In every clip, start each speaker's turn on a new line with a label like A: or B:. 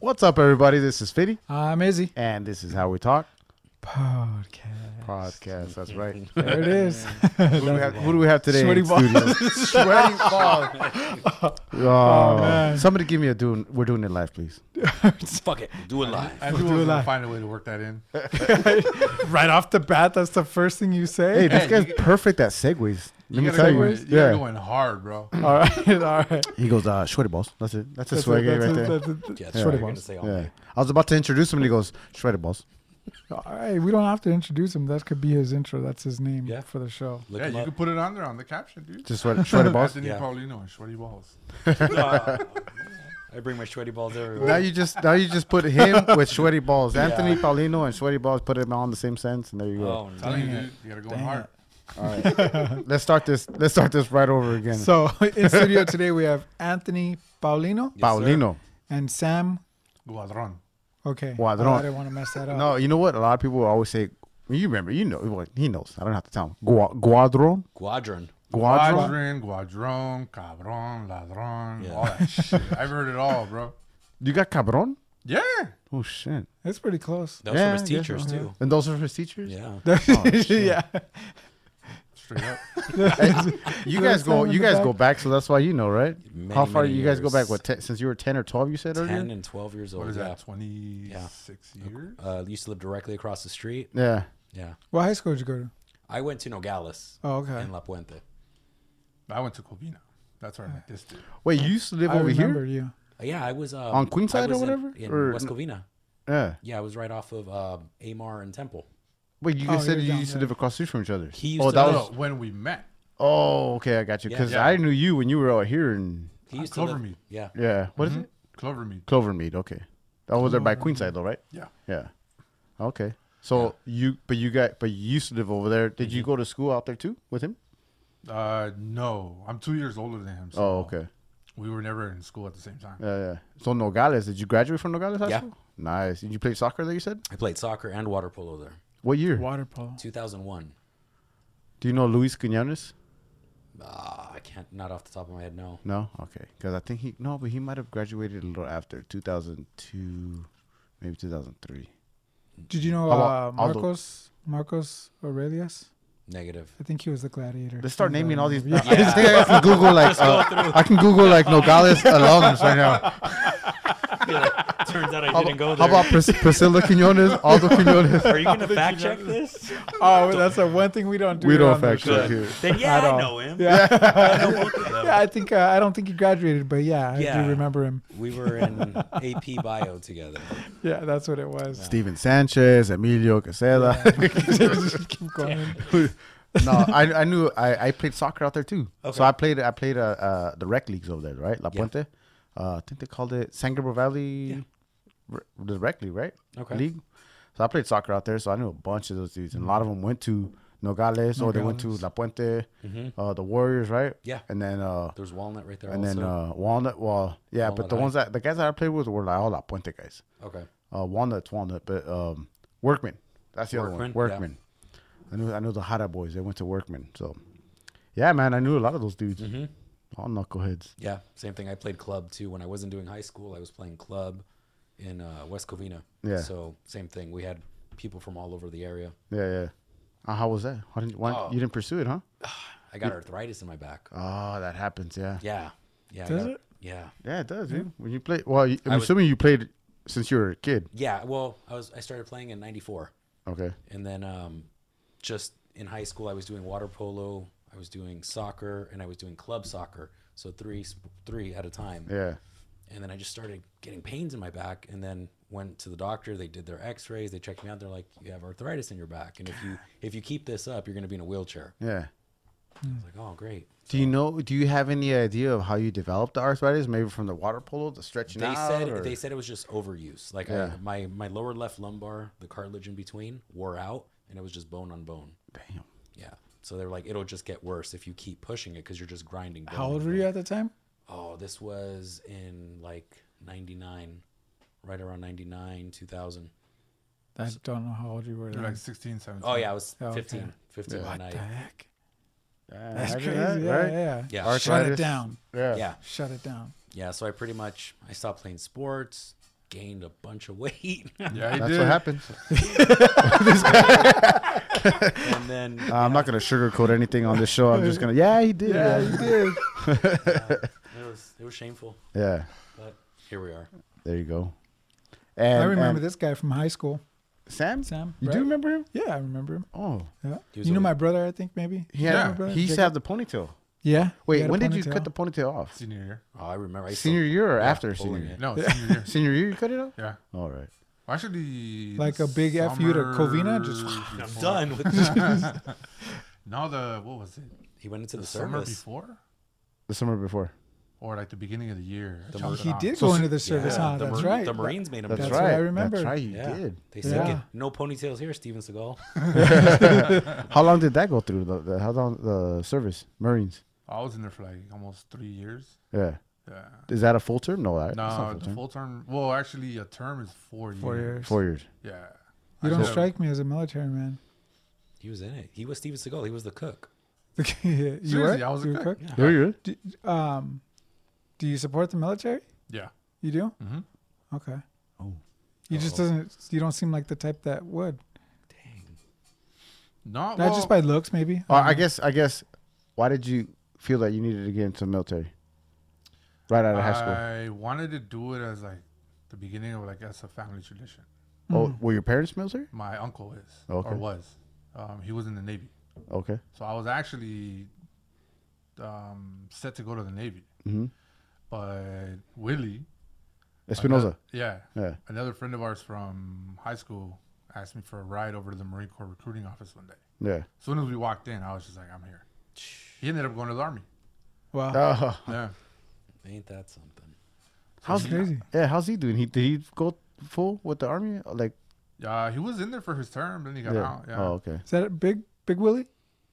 A: What's up, everybody? This is Fitty,
B: Ah, I'm Izzy.
A: and this is How We Talk
B: Podcast.
A: podcast. That's right.
B: There it is.
A: who, do we have, who do we have today?
B: Sweaty
A: in studio? Sweaty balls. Oh,
B: man.
A: somebody give me a doing. We're doing it live, please.
C: Fuck it. Do it live.
B: I do a lot.
D: Find a way to work that in.
B: Right off the bat, that's the first thing you
A: Hey,
B: say.
A: this
D: you
A: guy's perfect at segues. Let me
D: gotta
A: tell
D: go
A: you.
D: in- you gotta
A: yeah.
D: go in hard, bro.
B: All right, all right.
A: He goes, uh, sweaty balls. That's it. That's a
B: That's
A: swag
B: it,
A: right
B: that's it,
A: there.
B: that's it, that's it.
C: Yeah,
B: Shorty
C: I'm gonna
B: balls.
C: say all
A: yeah.
C: day.
A: I was about to introduce him, and he goes, sweaty balls.
B: All right, we don't have to introduce him. That could be his intro. That's his name
C: Yeah.
B: for the show.
C: Look
D: yeah,
C: him
D: you
C: up.
D: can put it on there on the caption, dude.
A: Just sweaty, sweaty balls.
D: Anthony
C: Yeah.
D: Paulino and Shorty Balls.
C: I bring my sweaty balls
A: Now
C: everywhere.
A: you just now you just put him with sweaty balls. Anthony Paulino and sweaty balls. Put him on the same sense, and there you go.
C: Oh,
D: I'm
C: no.
D: telling you, dude, you gotta go in hard.
A: Let's start this. Let's start this right over again.
B: So in studio today we have Anthony Paulino
C: Yes, sir.
A: Paulino.
B: and Sam.
D: Guadron.
B: Okay,
A: Guadron.
B: Oh, I didn't want to mess that up.
A: No, you know what? A lot of people always say. You remember? You know. Well, he knows. I don't have to tell him. Gua- Guadron.
C: Guadron.
A: Guadron.
D: Guadron, Guadron, Cabron, Ladron,
C: Yeah.
D: all that shit. I've heard it all, bro.
A: You got cabron?
D: Yeah.
A: Oh shit.
B: it's pretty close.
C: That was
A: Yeah,
C: from his
A: I guess
C: teachers,
A: so.
C: too.
A: And those are his teachers.
C: Yeah.
B: yeah,
D: Straight up.
A: You guys go.
B: In
A: You
B: the
A: guys
B: back.
A: go back. So that's why you know, right?
C: Many,
A: How far
C: many
A: you guys go back?
C: years.
A: What? Ten, since you were ten or twelve? You said
C: 10
A: earlier.
C: and 12 years old.
D: What is
C: yeah.
D: that, 26 years?
C: Uh, used to live directly across the street.
A: Yeah.
C: Yeah.
B: What high school did you go to?
C: I went to Nogales
B: Oh, okay.
C: and La Puente.
D: I went to Covina. That's where I met this dude.
A: Wait, you used to live
B: I
A: over
B: remember
A: here?
B: you.
C: Uh, yeah, I was. Um,
A: On Queenside
C: I
A: or
C: was in-
A: whatever?
C: In,
A: Or-
C: West Covina.
A: Yeah.
C: Yeah, I was right off of um, Amar and Temple.
A: Wait, you
B: Oh,
A: guys said
B: you're
A: you
B: down
A: used to
B: there.
A: live across the street from each other.
C: He used
A: oh,
C: to
A: that
D: No,
A: was.
D: no, when we met.
A: Oh, okay, I got you.
C: Yeah.
A: Because
D: Yeah.
A: I knew you when you were out here, and
C: He used to
D: Cover
C: live.
D: me.
C: Yeah.
A: yeah, What
C: Mm-hmm.
A: is it?
D: Clovermead.
A: Clovermead. Okay, that was there by Queenside, though, right?
D: Yeah.
A: Yeah. Okay. So you, but you got, but you used to live over there. Did you go to school out there too with him?
D: Uh, no, I'm two years older than him. So
A: Oh, okay.
D: We were never in school at the same time.
A: Yeah, yeah. So Nogales, did you graduate from Nogales High
C: Yeah.
A: School? Nice. Did you play soccer there? You said
C: I played soccer and water polo there.
A: what year?
B: Water polo.
C: 2001.
A: Do you know Luis Quiñones?
C: Ah, I can't, not off the top of my head, no.
A: No. Okay. Because I think he no, but he might have graduated a little after 2002, maybe 2003.
B: Did you know
A: How about
B: uh,
A: Aldo?
B: Marcos Marcos Aurelius?
C: Negative.
B: I think he was the gladiator.
A: Let's start
B: He's
A: naming
B: on
A: all these.
B: the-
A: I just think I can Google like uh, I can Google like Nogales alums right now.
E: Turns out I
A: How
E: didn't go
A: about,
E: there.
A: how about Pris- Priscilla Quinones, Aldo Quinones?
E: Are you gonna fact check this?
B: Oh, that's the one thing we don't do.
A: We
B: here
A: don't
B: on the
A: fact
B: show.
A: check here.
E: Then yeah,
B: At all.
E: I know him.
B: Yeah.
E: I know both of them.
B: yeah, I think uh, I don't think he graduated, but yeah, I
C: Yeah.
B: do remember him.
C: We were in AP Bio together.
B: Yeah, that's what it was.
A: Steven Sanchez, Emilio Casella.
B: Just keep going.
A: no, I, I knew I, I played soccer out there too.
C: Okay.
A: So I played I played uh, uh, the rec leagues over there, right? La
C: Yeah.
A: Puente. Uh, I think they called it San Gabriel Valley, r- the rec league, right?
C: Okay.
A: League. So I played soccer out there, so I knew a bunch of those dudes, and a lot of them went to Nogales, or they went to La Puente, uh, the Warriors, right?
C: Mm-hmm. Yeah.
A: And then uh,
C: There's Walnut right there.
A: and
C: also.
A: then uh, Walnut. Well, yeah, but
C: Walnut
A: the
C: High.
A: ones that the guys that I played with were like all La Puente guys.
C: okay.
A: Uh, Walnut's Walnut, but um, Workman. That's the other one.
C: Workman, yeah.
A: Workman. I knew I knew the Hara boys. They went to Workman. So, yeah, man, I knew a lot of those dudes. All knuckleheads.
C: Yeah, same thing. I played club too. When I wasn't doing high school, I was playing club in uh, West Covina.
A: Yeah.
C: So same thing. We had people from all over the area.
A: Yeah, yeah. Uh, how was that? How didn't, why, You didn't pursue it, huh?
C: I got arthritis in my back.
A: Oh, that happens. Yeah. Yeah,
C: Yeah. Yeah. I
B: Does
C: got-
B: it?
C: Yeah.
A: it does, dude. When you play, well, you, I'm
C: I was-
A: assuming you played since you were a kid.
C: Yeah. Well, I was I started playing in '94,
A: Okay.
C: and then um, just in high school, I was doing water polo, I was doing soccer, and I was doing club soccer. So three sp- three at a time.
A: Yeah.
C: and then I just started getting pains in my back and then went to the doctor they did their x-rays they checked me out they're like you have arthritis in your back and if you if you keep this up you're going to be in a wheelchair
A: Yeah.
C: I was like oh great
A: Do you know? Do you have any idea of how you developed the arthritis? Maybe from the water polo, the stretching
C: they
A: out.
C: said
A: or-
C: they said it was just overuse like
A: Yeah.
C: I, my my lower left lumbar the cartilage in between wore out and it was just bone on bone
A: Damn.
C: yeah so they were like it'll just get worse if you keep pushing it cuz you're just grinding bone
B: How old
C: on
B: were you
C: bone."
B: at the time?
C: oh this was in like 99 right around 99 2000
B: I don't know how old you were.
D: You're
B: Then.
D: like 16, 17.
C: oh yeah i was
B: Oh, okay.
C: 15 15 when I,
B: the heck?
A: Yeah,
B: That's
A: imagine
B: crazy.
A: that,
B: yeah,
A: right?
B: yeah, Shut
C: Yeah.
B: it
A: Arthritis.
B: down.
A: Yeah.
C: yeah
B: Shut it down.
C: yeah so i pretty much i stopped playing sports gained a bunch of weight.
D: Yeah, he
A: That's
D: did.
A: what happens.
C: and then
A: Uh, I'm not gonna sugarcoat anything on this show. I'm just gonna yeah, he did. Yeah,
B: you did.
C: it was it was shameful,
A: yeah.
C: but here we are.
A: There you go. And,
B: I remember
A: and
B: this guy from high school.
A: Sam.
B: Sam,
A: you
B: right?
A: do remember him?
B: Yeah, I remember him.
A: Oh,
B: Yeah.
C: He was
B: You know
C: always-
B: my brother, I think maybe.
A: he had,
D: Yeah.
B: My brother,
A: he used to
B: Jacob.
A: have the ponytail.
B: Yeah. he
A: Wait,
B: had a
A: when did you cut
B: ponytail.
A: the ponytail off?
D: Senior year.
C: Oh, I remember. I used to-
A: Senior year or
C: yeah,
A: after
C: pulling
A: senior year?
C: it.
D: No, senior year.
A: Senior year, you cut it off.
D: Yeah.
A: All right.
D: Well, actually,
B: Like
D: the
B: a big F you to
D: summer
B: Covina, just-
D: before-
C: I'm done with this.
D: No, the what was it?
C: He went into the,
D: The summer
C: service.
D: before,
A: The summer before.
D: or like the beginning of the year. I
C: The
D: chopped
C: mar-
D: it
B: He
D: off.
B: did
A: So
B: go
A: s-
B: into the service,
C: Yeah,
B: huh?
C: the,
B: That's
C: Mar-
B: right.
C: the Marines made him.
A: That's,
C: do
B: That's
C: it.
A: right.
B: what I remember.
A: That's right. You
C: Yeah,
A: did.
C: they sink
B: Yeah.
C: it. No ponytails here, Steven Seagal.
A: How long did that go through? The, the how long the service Marines?
D: I was in there for like almost three years.
A: Yeah.
D: Yeah.
A: Is that a full term? No, that, that's not
D: No,
A: full
D: the
A: term.
D: full term. Well, actually, a term is four years.
B: Four years.
A: Four years.
D: Yeah.
B: You
D: I
B: don't
D: did-
B: strike me as a military man.
C: He was in it. He was Steven Seagal. He was the cook.
B: you
D: Seriously,
B: were?
D: I was a
B: you
D: cook.
A: There you
B: Do, um, do you support the military?
D: Yeah.
B: You do?
D: Mm-hmm.
B: Okay.
A: Oh.
B: You just
C: Uh-oh.
B: doesn't. You don't seem like the type that would.
C: Dang.
D: No,
B: Not just by looks, maybe.
C: uh,
B: Um,
A: Well,
D: Um,
A: I guess. I guess. Why did you feel that you needed to get into the military? Right out of high school.
D: I wanted to do it as like the beginning of like as a family tradition.
A: Oh,
D: hmm.
A: were your parents military?
D: My uncle is
A: Okay.
D: or was. Um, he was in the Navy,
A: Okay.
D: so I was actually um, set to go to the Navy.
A: Mm-hmm.
D: But Willie,
A: Espinoza. uh,
D: another- yeah,
A: Yeah.
D: another friend of ours from high school asked me for a ride over to the Marine Corps recruiting office one day.
A: Yeah.
D: As soon as we walked in, I was just like, "I'm here." He ended up going to the army.
B: Wow.
A: Uh,
D: Yeah,
C: Ain't that something?
B: That's crazy.
A: yeah. How's he doing? He did he go full with the army? Like.
D: yeah, uh, he was in there for his term, then he got out. Yeah,
A: Oh, okay.
B: Is that a big, big Willie?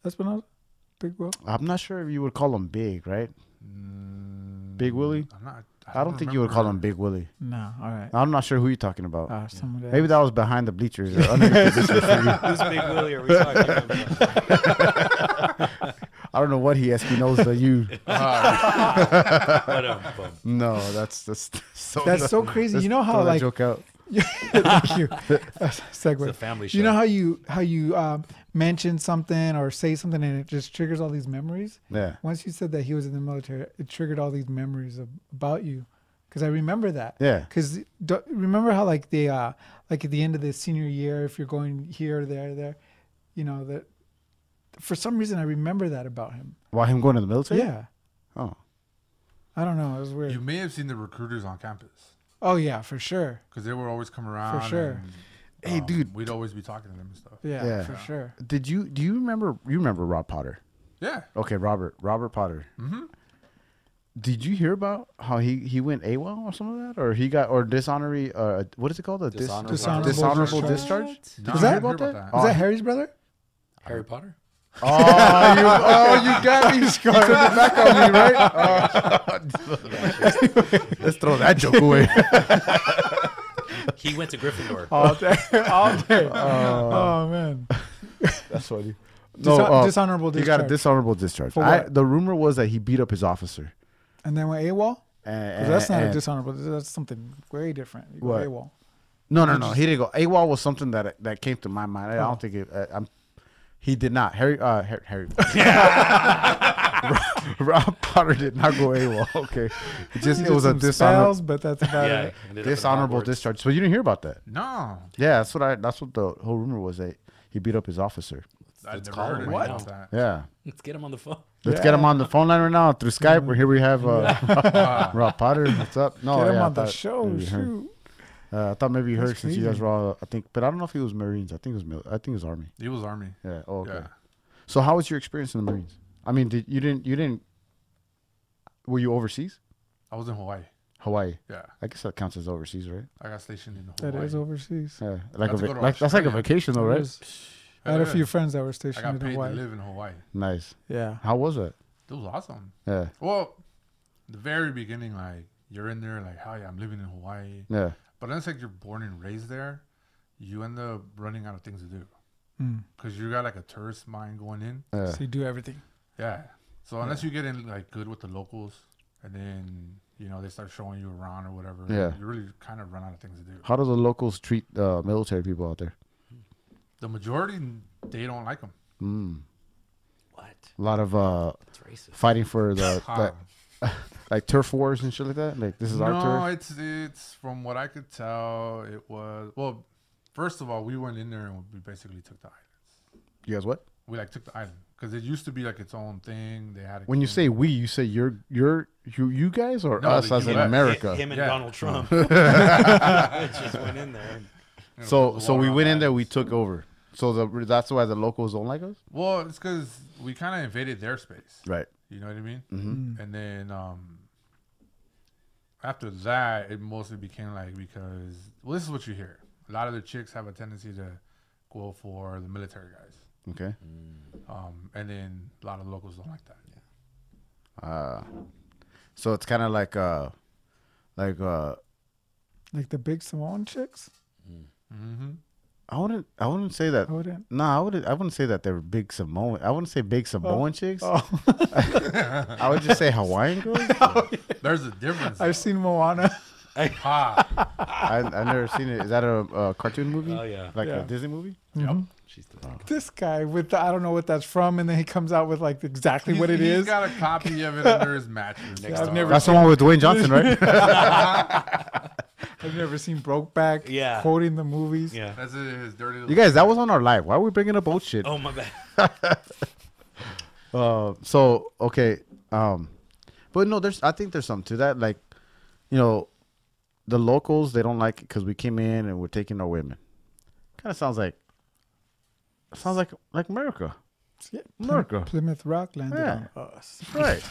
B: Espinosa? Big Will?
A: I'm not sure if you would call him big, right?
D: Mm,
A: Big Willie?
D: I'm not.
A: I don't think you would call him
D: remember.
A: Big Willie.
B: No. All right.
C: Uh,
A: I'm not sure who you're talking about.
B: Ah, someone
A: Maybe that was behind the bleachers or underneath the bleachers for you.
C: Who's Big Willie are we talking about?
A: I don't know what he Espinoza you.
C: But, um, but
A: No, that's that's so.
B: That's so crazy. You know how
A: throw that
B: like
A: joke out.
B: thank you.
C: it's a
B: Segue.
C: family show.
B: You know how you how you um, mention something or say something and it just triggers all these memories.
A: Yeah.
B: Once you said that he was in the military, it triggered all these memories of, about you, because I remember that.
A: Yeah.
B: Because remember how like they uh like at the end of the senior year, if you're going here, there, there, you know that. For some reason, I remember that about him.
A: Why him going to the military?
B: Yeah.
A: Oh.
B: I don't know. It was weird.
D: You may have seen the recruiters on campus
B: oh yeah, for sure.
D: because they would always come around.
B: sure.
D: and,
A: Hey,
D: um,
A: dude.
D: We'd always be talking to them and stuff.
B: Yeah,
A: Yeah.
B: for sure.
A: Did you do you remember you remember Rob Potter?
D: Yeah.
A: Okay, Robert Robert Potter.
D: Mm-hmm.
A: Did you hear about how he he went AWOL or some of that, or he got or dishonorary? Uh, what is it called? A dis-
C: Dishonorable
B: Dishonorable
A: dishonorable
B: discharge.
A: discharge.
D: No,
B: Was
D: I
B: that-
D: didn't hear
A: about
D: about
A: Oh,
B: Is that Harry's brother?
C: Harry Potter?
A: Oh, you, oh, you got me. You took it back on me, right? Oh. Let's throw that joke away.
C: He went to Gryffindor.
B: All day. All day. oh man.
A: That's funny.
B: Dishon-
A: No, uh,
B: dishonorable
A: he
B: discharge.
A: got a dishonorable discharge.
B: For
A: I,
B: what?
A: the rumor was that he beat up his officer.
B: and then went AWOL?
A: And,
B: 'Cause that's not
A: and-
B: a dishonorable. That's something way different. You go
A: What?
B: AWOL.
A: No, no, no. He didn't go. AWOL was something that that came to my mind.
B: Oh.
A: I don't think it. Uh, I'm. He did not. Harry. Uh, Harry. Harry. Rob, Rob Potter did not go AWOL. Okay, It just
B: He
A: it
B: did
A: was a
B: some
A: dishonorable
B: spells, but that's about
C: yeah.
B: it.
C: ended up in
A: dishonorable
C: Hogwarts.
A: discharge. So you didn't hear about that.
D: No,
A: Yeah, that's what I. That's what the whole rumor was that he beat up his officer.
D: I
C: Let's
D: never
C: call
D: heard
C: him
D: anything
C: right
D: about
C: now.
D: that.
A: Yeah.
C: Let's get him on the phone.
A: Let's get him on the phone line right now through Skype.
B: Mm-hmm.
A: We're here. We have uh,
D: Wow.
A: Rob Potter. What's up? No,
B: Get him
A: Oh, yeah, I
B: on the
A: thought
B: show.
A: maybe you heard.
B: Shoot.
A: Uh, I thought maybe you heard
B: That's
A: since you guys
B: crazy.
A: were all. I think, but I don't know if he was Marines. I think it was. mil- I think it was Army.
D: He was army.
A: Yeah. Oh, okay.
D: Yeah.
A: So how was your experience in the Marines? I mean, did you didn't you didn't? Were you overseas?
D: I was in Hawaii.
A: Hawaii.
D: Yeah,
A: I guess that counts as overseas, right?
D: I got stationed in Hawaii.
B: That is overseas.
A: Yeah. Like, a
D: Got to go
A: vac-
D: to
A: like that's like a
D: Australia.
A: vacation though,
B: I
A: right?
B: was- I had a
D: Yeah.
B: few friends that were
D: I
B: stationed
D: got
B: in
D: paid to
B: Hawaii.
D: live in Hawaii.
A: Nice.
B: Yeah.
A: How was it?
D: It was awesome.
A: Yeah.
D: Well, the very beginning, like you're in there, like, "Hi, I'm living in Hawaii,"
A: Yeah.
D: but unless like you're born and raised there, you end up running out of things to do
B: Mm.
D: because you got like a tourist mind going in.
A: Yeah.
B: So you do everything.
D: Yeah. So unless you get in like good with the locals and then you know they start showing you around or whatever.
A: Yeah.
D: you really kind of run out of things to do.
A: How do the locals treat uh, military people out there?
D: The majority they don't like them.
A: Mm.
C: What?
A: A lot of uh,
C: That's racist.
A: fighting for the like, like turf wars and shit like that. Like this is
D: no,
A: our turf.
D: it's it's from what I could tell, it was well. First of all, we went in there and we basically took the island.
A: You guys what?
D: We like took the island because it used to be like its own thing. They had a
A: When you
D: king.
A: say we, you say you're you're you you guys or
D: No,
A: us
D: the
A: as in
D: US.
A: America.
E: Him and
D: Yeah.
E: Donald Trump. It just went in there.
D: you know,
A: so
D: the
A: so
D: water
A: we
D: on
A: went
D: the
A: in there.
D: island.
A: We took over. So the, that's why the locals don't like us.
D: Well, it's because we kind of invaded their space.
A: Right.
D: You know what I mean?
C: Mm-hmm.
A: Mhm.
B: Mm.
D: And then um, after that, it mostly became like because well, this is what you hear. A lot of the chicks have a tendency to go for the military guys,
A: Okay.
D: um, and then a lot of locals don't like that.
A: Uh, so it's kind of like uh, like uh,
B: Like the big Samoan chicks?
D: Mm-hmm.
A: I wouldn't I wouldn't say that.
B: I wouldn't.
A: No, I would I wouldn't say that they were big Samoan. I wouldn't say big Samoan chicks.
B: Oh,
A: I would just say Hawaiian girls.
D: There's a difference.
B: I've seen Moana.
D: Ah,
A: I I never seen it. Is that a, a cartoon movie?
C: Oh yeah,
A: Like
B: Yeah.
A: a Disney movie?
B: Mhm.
C: she's the
B: This guy with the, I don't know what that's from, and then he comes out with like exactly what it
D: He's
B: is.
D: got a copy of it under his mattress.
C: Next I've
D: Uh,
B: never-
A: That's the one with Dwayne Johnson, right?
B: I've never seen Brokeback.
E: Yeah.
B: Quoting the movies.
E: Yeah.
D: That's his dirty. Little
A: you guys, that was on our live. Why are we bringing up old shit?
E: Oh my bad.
A: Uh, so okay, um, but no, there's I think there's something to that. Like, you know, the locals they don't like it because we came in and we're taking our women. Kind of sounds like sounds like like America,
B: Yeah, Ply-
A: America.
B: Plymouth Rock landed
A: Yeah.
B: on us.
A: right?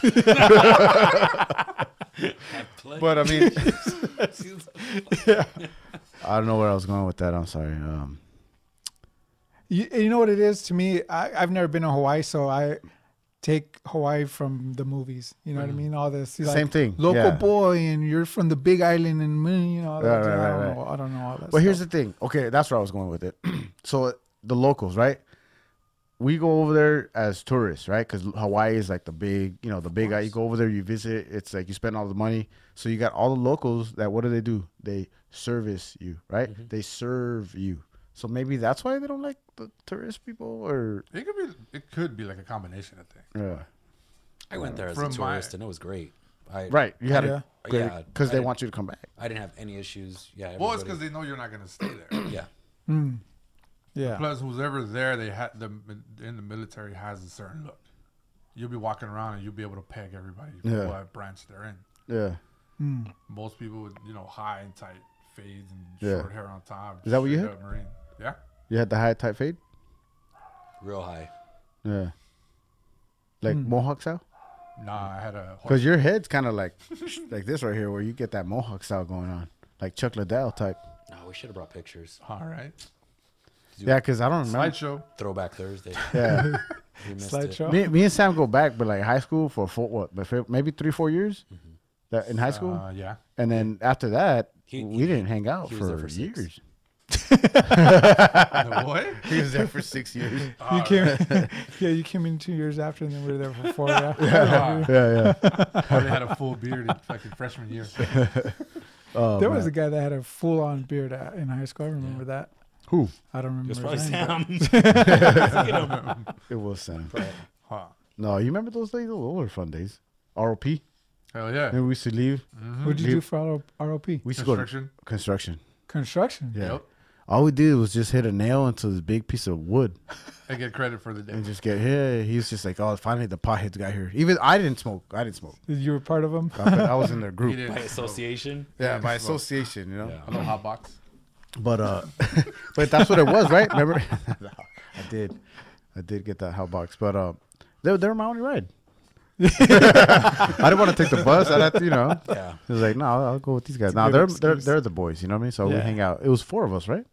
C: play.
A: but I mean, I don't know where I was going with that. I'm sorry. Um,
B: You, you know what it is to me? I, I've never been to Hawaii, so I take Hawaii from the movies. You know what I mean? All this. like,
A: Mm. Same thing,
B: Local
A: yeah.
B: boy, and you're from the big island, and mm, you know, all that.
A: Right, right,
B: I, don't
A: right,
B: know, I don't know all that.
A: But here's
B: stuff.
A: the thing. Okay, that's where I was going with it. so the locals, right? We go over there as tourists, right? Because Hawaii is like the big, you know, the big. You go over there, you visit. It's like you spend all the money. So you got all the locals that. What do they do? They service you, right?
C: Mm-hmm.
A: They serve you. So maybe that's why they don't like the tourist people, or
D: It could be. It could be like a combination. I think.
A: yeah.
C: I went there as a
D: From my-
C: tourist and it was great. I,
A: right. You had
B: Yeah.
A: to
C: Yeah,
A: because
C: I
A: they
C: did.
A: want you to come back.
C: I didn't have any issues. Yeah.
D: Well, it's because
C: everybody-
D: they know you're not gonna stay there.
C: yeah.
B: yeah.
D: Plus, who's ever there, they had the in the military has a certain look. You'll be walking around and you'll be able to peg everybody from
A: Yeah.
D: what branch they're in.
A: Yeah.
D: Most people with you know high and tight fades and
A: Yeah.
D: short hair on top.
A: Is that what you
D: straight
A: had?
D: up Marine. Yeah.
A: You had the high type fade.
C: Real high.
A: Yeah. Like
C: Hmm.
A: mohawk style.
D: Nah, I had a.
A: Because your head's kind of like like this right here, where you get that mohawk style going on, like Chuck Liddell type.
C: No, we should have brought pictures.
D: All right.
A: Yeah, because I don't remember.
D: Slideshow.
C: Throwback Thursday.
A: Yeah,
C: We missed
B: Slideshow.
A: me, me and Sam go back, but like high school for four, what, but for maybe three, four years, that in high school,
D: Uh, yeah.
A: and then after that,
C: He-
A: we
C: he-
A: didn't hang out
C: he was there
A: for,
C: for six.
A: years.
D: The what?
A: He was there for six years.
B: You came, yeah, you came in two years after, and then we were there for four. Yeah,
D: Ah,
A: yeah, yeah.
D: I had a full beard in fucking freshman year.
A: Oh,
B: there was a guy that had a full-on beard at, in high school. I remember that.
A: Who?
B: I don't remember.
E: It's
B: his
E: probably
B: name, but-
E: Sam.
A: It was Sam.
D: Huh.
A: No, you remember those days? Those were fun days. ROP.
D: Hell yeah.
A: Remember we used to leave.
B: What'd you
A: He-
B: do for ROP?
A: We used to go to
D: Construction.
A: Mm-hmm. construction.
B: Construction.
A: Yeah.
D: Yep.
A: All we did was just hit a nail into this big piece of wood.
D: I get credit for the day.
A: and just get here. He was just like, oh, finally the potheads got here. Even I didn't smoke. I didn't smoke.
B: You were part of them.
A: I, I was in their
D: He
A: group.
D: didn't
E: By
D: smoke.
E: association.
A: Yeah, by
D: smoke.
A: association, you know.
D: A little hot box.
A: But uh, but that's what it was, right? Remember? I did, I did get that hot box, but uh, they they were my only ride. I didn't want to take the bus. I had to, you know.
C: Yeah.
A: It was like, no, I'll I'll go with these guys.
B: a
A: Now
B: good
A: they're they're
B: excuse.
A: they're the boys, you know what I mean? So we
B: Yeah.
A: hang out. It was four of us, right?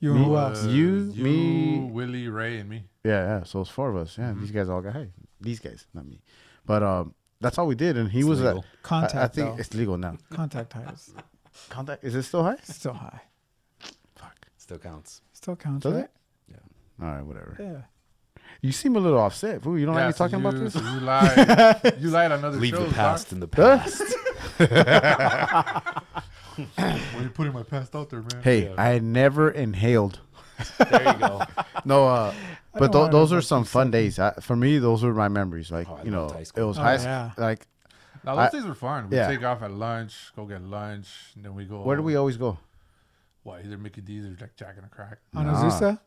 B: You uh, and who else?
A: You, me-
D: Uh, Willie, Ray, and me.
A: Yeah, yeah. So it's four of us. Yeah,
B: Mm-hmm.
A: these guys all got hey, these guys, not me. But um, that's all we did, and he was a-
C: legal.
A: I- I,
B: Contact.
A: think
B: though.
A: it's legal now.
B: Contact highs.
A: Contact is it still high?
B: Still high.
A: Fuck.
C: Still counts.
B: Still counts,
A: Does
B: right?
A: it? All right, whatever.
B: Yeah.
A: You seem a little offset, fool. You don't
D: Yeah,
A: like me
D: so
A: talking about
D: you-
A: this?
D: so You lied. you lied on other
C: Leave
D: shows.
C: the past in the
A: Huh?
C: past.
D: Why are you putting my past out there, man?
A: Hey,
E: Yeah.
A: I never inhaled.
E: There you go.
A: No, uh, but
B: don't
A: th-
B: wanna
A: those are
B: make
A: some
B: you
A: fun days. I, for me, those were my memories. Like
C: Oh, I
A: you know,
C: loved high
A: it
C: school.
A: was
B: Oh,
A: high school.
B: yeah.
A: Like
D: Now those
A: I-
D: days were fun. We
A: yeah.
D: take off at lunch, go get lunch, and then we go.
A: where do we always go?
D: What? Either Mickey D's or like Jack and a Crack.
B: On
A: Nah.
B: Azusa?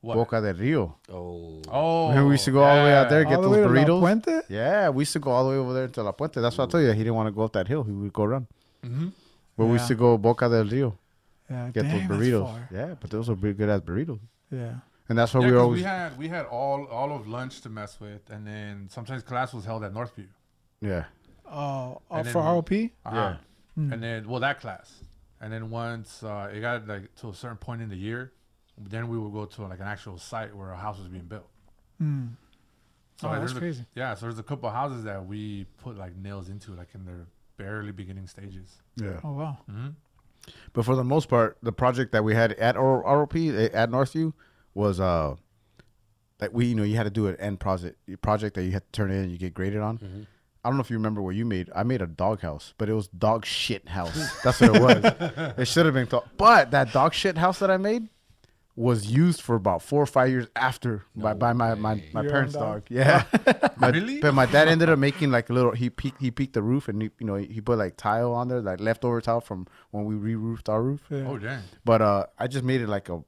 D: What?
A: Boca del Rio.
C: Oh,
D: Oh,
A: Remember we used to go all the way out there, get
B: All the
A: those
B: way to La
A: burritos.
B: Puente?
A: Yeah, we used to go all the way over there to La Puente. That's why I told you that he didn't want to go up that hill. He would go run.
D: hmm
A: But we
B: Yeah.
A: used to go Boca del Rio,
B: Yeah,
A: get
B: dang,
A: those
B: that's
A: burritos.
B: far.
A: Yeah, but those are good ass burritos.
B: Yeah.
A: And that's what
D: yeah,
A: we
D: 'cause
A: always.
D: we had we had all all of lunch to mess with, and then sometimes class was held at Northview.
A: yeah.
B: Oh, oh
D: And
B: for
D: then-
B: ROP?
D: Uh-huh.
B: Hmm.
D: And then well that class, and then once uh, it got like to a certain point in the year, then we would go to like an actual site where a house was being built.
B: Hmm.
D: So
B: Oh,
D: like,
B: that's
D: there's a-
B: crazy.
D: yeah, so there's a couple houses that we put like nails into, like in their barely beginning stages.
A: Yeah.
B: Oh, wow.
D: Mm-hmm.
A: But for the most part, the project that we had at R- ROP eh, at Northview was uh like we you know you had to do an end project project that you had to turn in and you get graded on. I don't know if you remember what you made. I made a dog house, but it was dog shit house. That's what it was. it should have been thought. But that dog shit house that I made was used for about four or five years after by, by my, my, my
B: Your
A: parents'
B: own
A: dog.
B: dog?
A: Yeah. my,
D: Really?
A: But my dad ended up making like a little. He peaked. He peaked the roof, and he, you know he put like tile on there, like leftover tile from when we re-roofed our roof.
B: Yeah.
D: Oh dang!
A: But uh, I just made it like a.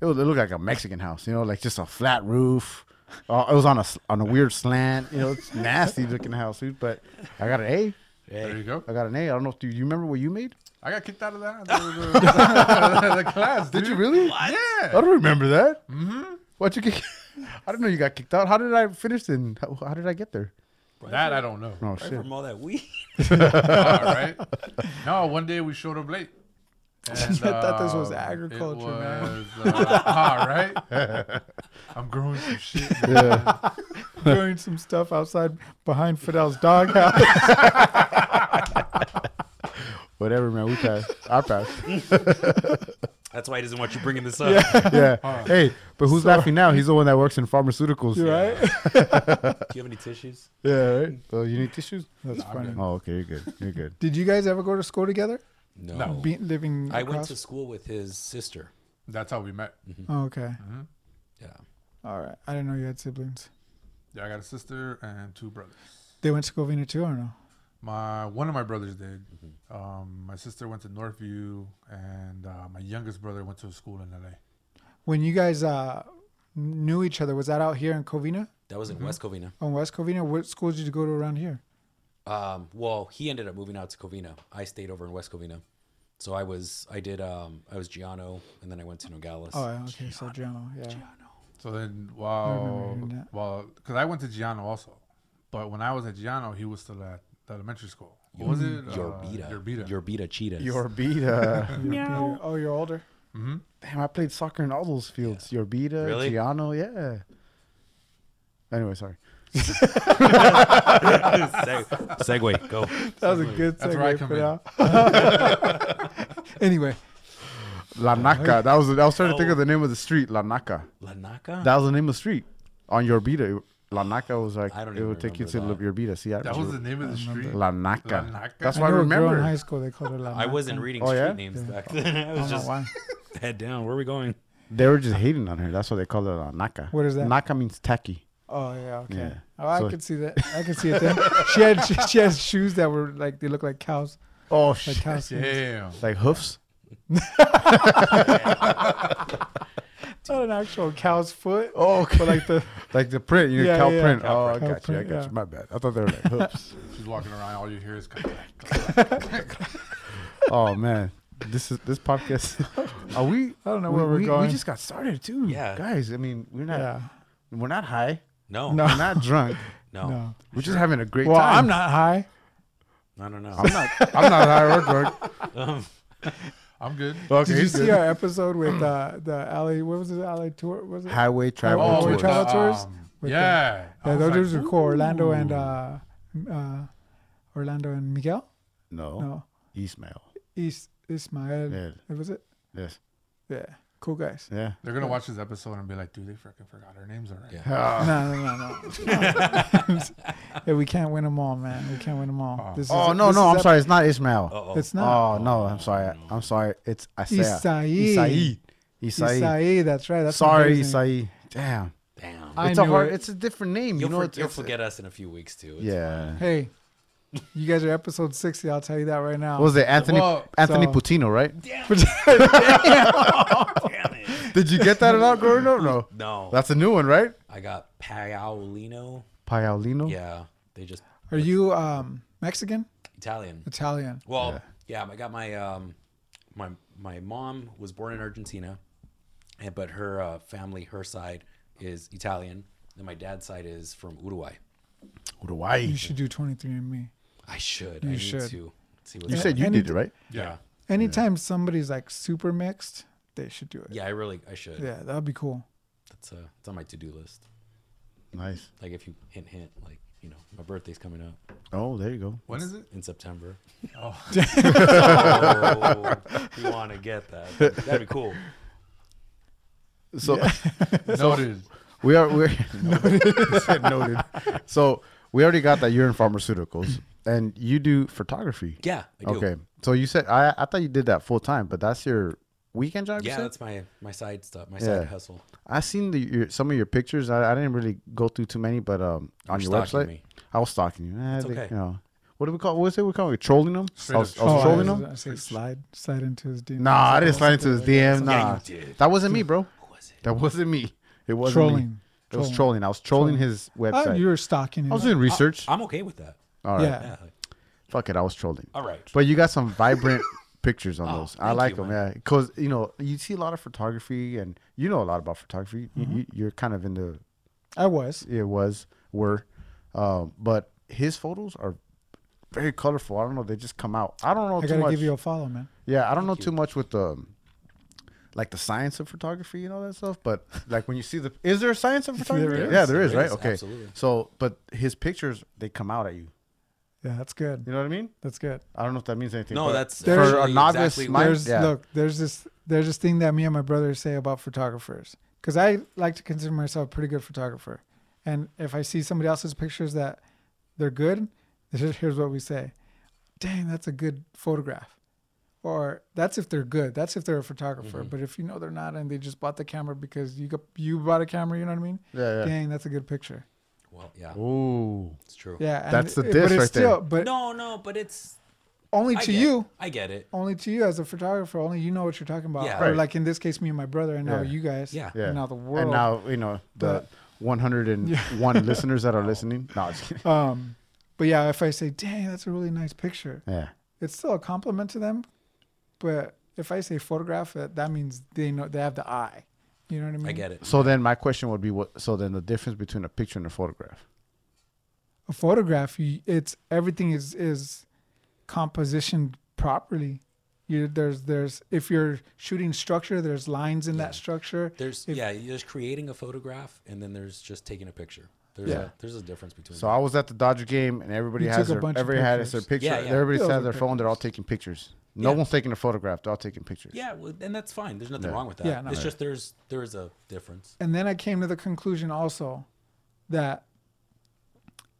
A: It, was, it looked like a Mexican house, you know, like just a flat roof. Uh, it was on a s- on a weird slant, you know. It's nasty looking house, dude. But I got an A.
D: There you go.
A: I got an A. I don't know. if Do you remember what you made?
D: I got kicked out of that the, the class.
A: Did you
D: dude.
A: really? I
D: Yeah.
A: don't remember that. Mm-hmm. What you get? I don't know. You got kicked out. How did I finish? Then how, how did I get there?
D: That I don't know.
A: Oh
C: right
A: shit!
C: from all that weed.
D: All right. No, one day we showed up late. And,
B: I thought this was
D: um, it
B: agriculture, man.
D: was, uh, all right. I'm growing some shit. man.
B: Doing some stuff outside behind Fidel's doghouse.
A: Whatever, man. We passed. I passed.
C: That's why he doesn't want you bringing this up.
A: yeah. Hey, but who's laughing now? He's the one that works in pharmaceuticals.
B: You right?
C: Do you have any tissues?
A: Yeah. Right? Well, you need tissues.
B: That's funny.
A: Oh, okay. You're good. You're good.
B: Did you guys ever go to school together?
C: No.
B: Be- living
C: I went
B: across?
C: to school with his sister.
D: That's how we met.
B: Oh, okay.
C: Yeah.
B: All right. I didn't know you had siblings.
D: Yeah, I got a sister and two brothers.
B: They went to Covina too, or no?
D: My one of my brothers did.
B: Mm-hmm.
D: Um, my sister went to Northview, and uh, my youngest brother went to a school in LA.
B: When you guys uh, knew each other, was that out here in Covina?
C: That was in West Covina.
B: On West Covina? What schools did you go to around here?
C: Um, well, he ended up moving out to Covina. I stayed over in West Covina. So I was, I did, um, I was Giano, and then I went to Nogales.
B: Oh, yeah, okay. So Giano, yeah.
D: So then,
B: remember
D: while
B: hearing that.
D: well, because I went to Giano also, but when I was at Giano, he was still at the elementary school. What was it?
C: Yorbita.
D: Uh, Yorbita.
C: Yorbita Cheetahs.
A: Your beta.
B: You're- Oh, you're older?
A: Damn, I played soccer in all those fields. Your beta,
C: Really?
A: Giano, yeah. Anyway, sorry.
C: Seg- segue. Go.
B: That was a good
D: That's where I
B: segue
D: come
B: for
D: in.
B: now. anyway,
A: La Naca. That was I was trying to think of the name of the street. La Naca.
C: Lanaka?
A: That was the name of the street on your beta. La Naca was like
C: I don't
A: it
C: even
A: would take you to
C: remember
A: your beta. See, I
D: That was the name of the street.
A: La Naca.
D: La Naca?
A: That's
B: I,
A: what I,
B: knew a girl
A: remember.
B: in high school they called her La
C: I
B: Naca.
C: wasn't reading
A: Oh,
C: street
A: yeah?
C: names back then. I
B: I
C: was
B: don't know
C: just
B: why.
C: head down. Where are we going?
A: They were just hating on her. That's why they call it La Naca.
B: What is that?
A: Naka means tacky.
B: Oh yeah, okay.
A: Yeah.
B: Oh, I
A: So-
B: could see that. I could see it then. she had she, she has shoes that were like they look like cows,
A: Oh
B: like
A: shit!
B: cow skins.
D: Damn.
A: Like hoofs.
B: Not an actual cow's foot,
A: Oh, okay.
B: but like the
A: like the print. You know,
B: Yeah,
A: cow
B: yeah.
A: print.
D: Cow
A: oh,
D: print.
A: I got
B: Cow
A: you. I
B: print,
A: got
B: yeah.
A: you. My bad. I thought they were like hoofs.
D: She's walking around. All you hear is clack, clack,
A: oh man, this is this podcast. Are we?
B: I don't know
A: we-
B: where we're
A: we,
B: going.
A: We just got started too.
C: Yeah.
A: guys. I mean, we're not.
B: yeah.
A: We're not high.
C: No.
B: No.
C: No.
A: We're not drunk.
C: No.
B: No.
A: We're just having a great
B: Well,
A: Oh. time.
B: I'm not high.
C: I don't know.
A: I'm not. I'm not high or drunk.
D: I'm good.
A: Okay,
B: Did you
A: he's
B: see
A: good.
B: our episode with uh, the alley? What was it? Alley tour? Was it?
A: highway travel?
B: Oh,
A: tour.
B: we're travel tours? With the-
D: um, yeah. I
B: Yeah,
D: was
B: those
D: like,
B: dudes were cool. Orlando and
D: ooh.
B: uh, uh, Orlando and Miguel.
A: no,
B: No,
A: Eastmail.
B: East Ismael.
A: Oh. Yeah.
B: What was it?
A: Yes.
B: Yeah. Cool guys.
A: Yeah.
D: They're gonna watch this episode and be like, dude, they freaking forgot our names already.
C: Yeah.
B: No,
A: Ah.
B: no, no, no. yeah, we can't win them all, man. We can't win them all.
D: Oh.
B: This is-
A: Oh no,
B: this
A: no,
B: is
A: I'm
B: ep-
A: sorry. It's not Ismail.
C: Uh-oh.
B: It's not.
A: Oh no, I'm sorry. I'm sorry. It's Isaiah.
B: Isai.
A: Isai. Isai.
B: Isai, that's right. That's
A: Sorry,
B: amazing.
A: Isai. Damn.
C: Damn.
B: I
A: it's a
B: knew
A: hard.
B: it.
A: It's a different name.
C: you'll
A: you know,
C: for-
A: it's,
C: you'll
A: it's-
C: forget us in a few weeks too. It's
A: Yeah.
B: Hey, you guys are episode 60. I'll tell you that right now.
A: What was it? Anthony
D: Well,
A: Anthony
B: so-
A: Putino, right?
C: fine. Damn it.
A: Did you get that or not growing up? No.
C: No.
A: That's a new one, right?
C: I got Paolino.
A: Paolino.
C: Yeah. They just
B: Are you um, Mexican?
C: Italian.
B: Italian.
C: Well, yeah. I got my um, my my mom was born in Argentina, and but her uh, family, her side is Italian, and my dad's side is from Uruguay.
A: Uruguay.
B: You should do 23andMe.
C: I should.
B: You
C: I
B: should.
C: need to see what
A: You said you
B: And
A: did
B: it-
A: it, right?
C: yeah.
B: Anytime somebody's like super mixed, they should do it.
C: Yeah, I really I should.
B: Yeah, that'd be cool.
C: That's uh, it's on my to do list.
A: Nice.
C: Like if you hint hint, like you know, my birthday's coming up
A: Oh, there you go.
D: When is it?
C: in September.
D: Oh,
C: Oh, you want to get that? That'd be cool.
A: So
D: noted.
A: we are we're noted. said noted. So we already got that you're in pharmaceuticals and you do photography.
C: Yeah. I do.
A: Okay. So you said I I thought you did that full time, but that's your weekend job. you
C: Yeah,
A: said?
C: that's my my side stuff, my
A: Yeah.
C: side hustle.
A: I seen the, your, some of your pictures. I, I didn't really go through too many, but um, on
C: You're
A: your
C: stalking
A: website,
C: me.
A: I was stalking you. Eh,
C: It's
A: they-
C: okay.
A: you know. what do we call? What was it? We call it trolling them. I
D: Straight up
A: was, I was
D: trolling.
A: trolling
B: Oh, I, was
A: them.
B: gonna say slide, slide into his DM.
A: Nah, I didn't slide into his DM. Nah,
C: Yeah, you did.
A: that wasn't me, bro.
C: Who was it?
A: That wasn't me. It wasn't Me.
B: Trolling.
A: It was trolling. I was trolling, his
B: Oh,
A: website.
B: you were stalking him.
A: I was doing research.
C: I'm okay with that.
A: All right,
B: yeah.
C: Yeah. like,
A: fuck it. I was trolling.
C: All right.
A: But you got some vibrant pictures on
C: Oh,
A: those. I
C: thank
A: like
C: you,
A: them, yeah.
C: man.
A: Because you know, you see a lot of photography, and you know a lot about photography. You- You, you're kind of in the
B: I was.
A: it was were, um, but his photos are very colorful. I don't know. They just come out. I don't know
B: I
A: too
B: gotta
A: much.
B: give you a follow, man.
A: yeah, I don't know
C: Thank
A: too
C: you.
A: much with the. um, Like the science of photography and all that stuff, but like when you see the, is there a science of photography?
B: is.
A: Yeah, there is,
C: There
A: right?
C: is,
A: okay,
C: absolutely.
A: so but his pictures they come out at you.
B: Yeah, that's good.
A: You know what I mean?
B: That's good.
A: I don't know if that means anything.
C: No,
A: but
C: that's
A: for a
C: actually
A: novice
C: exactly
A: mind-
B: there's
A: yeah.
B: look, there's this there's this thing that me and my brother say about photographers because I like to consider myself a pretty good photographer, and if I see somebody else's pictures that they're good, here's here's what we say: "Dang, that's a good photograph," or "That's if they're good. That's if they're a photographer."
C: Mm-hmm.
B: But if you know they're not and they just bought the camera because you got, you bought a camera, you know what I mean?
A: yeah, yeah.
B: Dang, that's a good picture.
C: Well, yeah,
A: Ooh,
C: it's true.
B: Yeah, and
A: That's the
B: it-
A: diss
B: but it's
A: right there.
B: still, But
C: No, no, but it's
B: only
C: I
B: to
C: get-
B: you.
C: I get it.
B: only to you as a photographer. Only you know what you're talking about.
C: Yeah.
B: Or
A: Right.
B: like in this case, me and my brother, and now
A: Yeah.
B: you guys.
C: Yeah.
A: yeah.
B: And now the world.
A: and now you know the
B: But-
A: 101 listeners that are listening. No, it's,
B: um, but yeah, if I say, "Dang, that's a really nice picture,"
A: yeah,
B: it's still a compliment to them. But if I say photograph, that, that means they know they have the eye. You know what I mean?
C: I get it.
A: So then my question would be what so then the difference between a picture and a photograph.
B: A photograph, you, it's everything is is compositioned properly. You, there's there's if you're shooting structure, there's lines in that structure.
C: There's
B: If-
C: yeah, there's creating a photograph and then there's just taking a picture. There's
B: Yeah.
C: a there's a difference between.
A: So I was at the Dodger game and everybody
B: You
A: has
B: took a
A: their
B: bunch of
A: everybody has their
B: pictures.
A: picture.
C: Yeah, yeah.
A: Everybody
B: Those
A: has
B: are
A: their phone, they're all taking pictures. No
C: Yeah.
A: one's taking a photograph, they're all taking pictures.
C: yeah, well, and that's fine. There's nothing
A: Yeah.
C: wrong with that.
B: Yeah, no.
C: it's
B: Right.
C: just there's there is a difference.
B: and then I came to the conclusion also that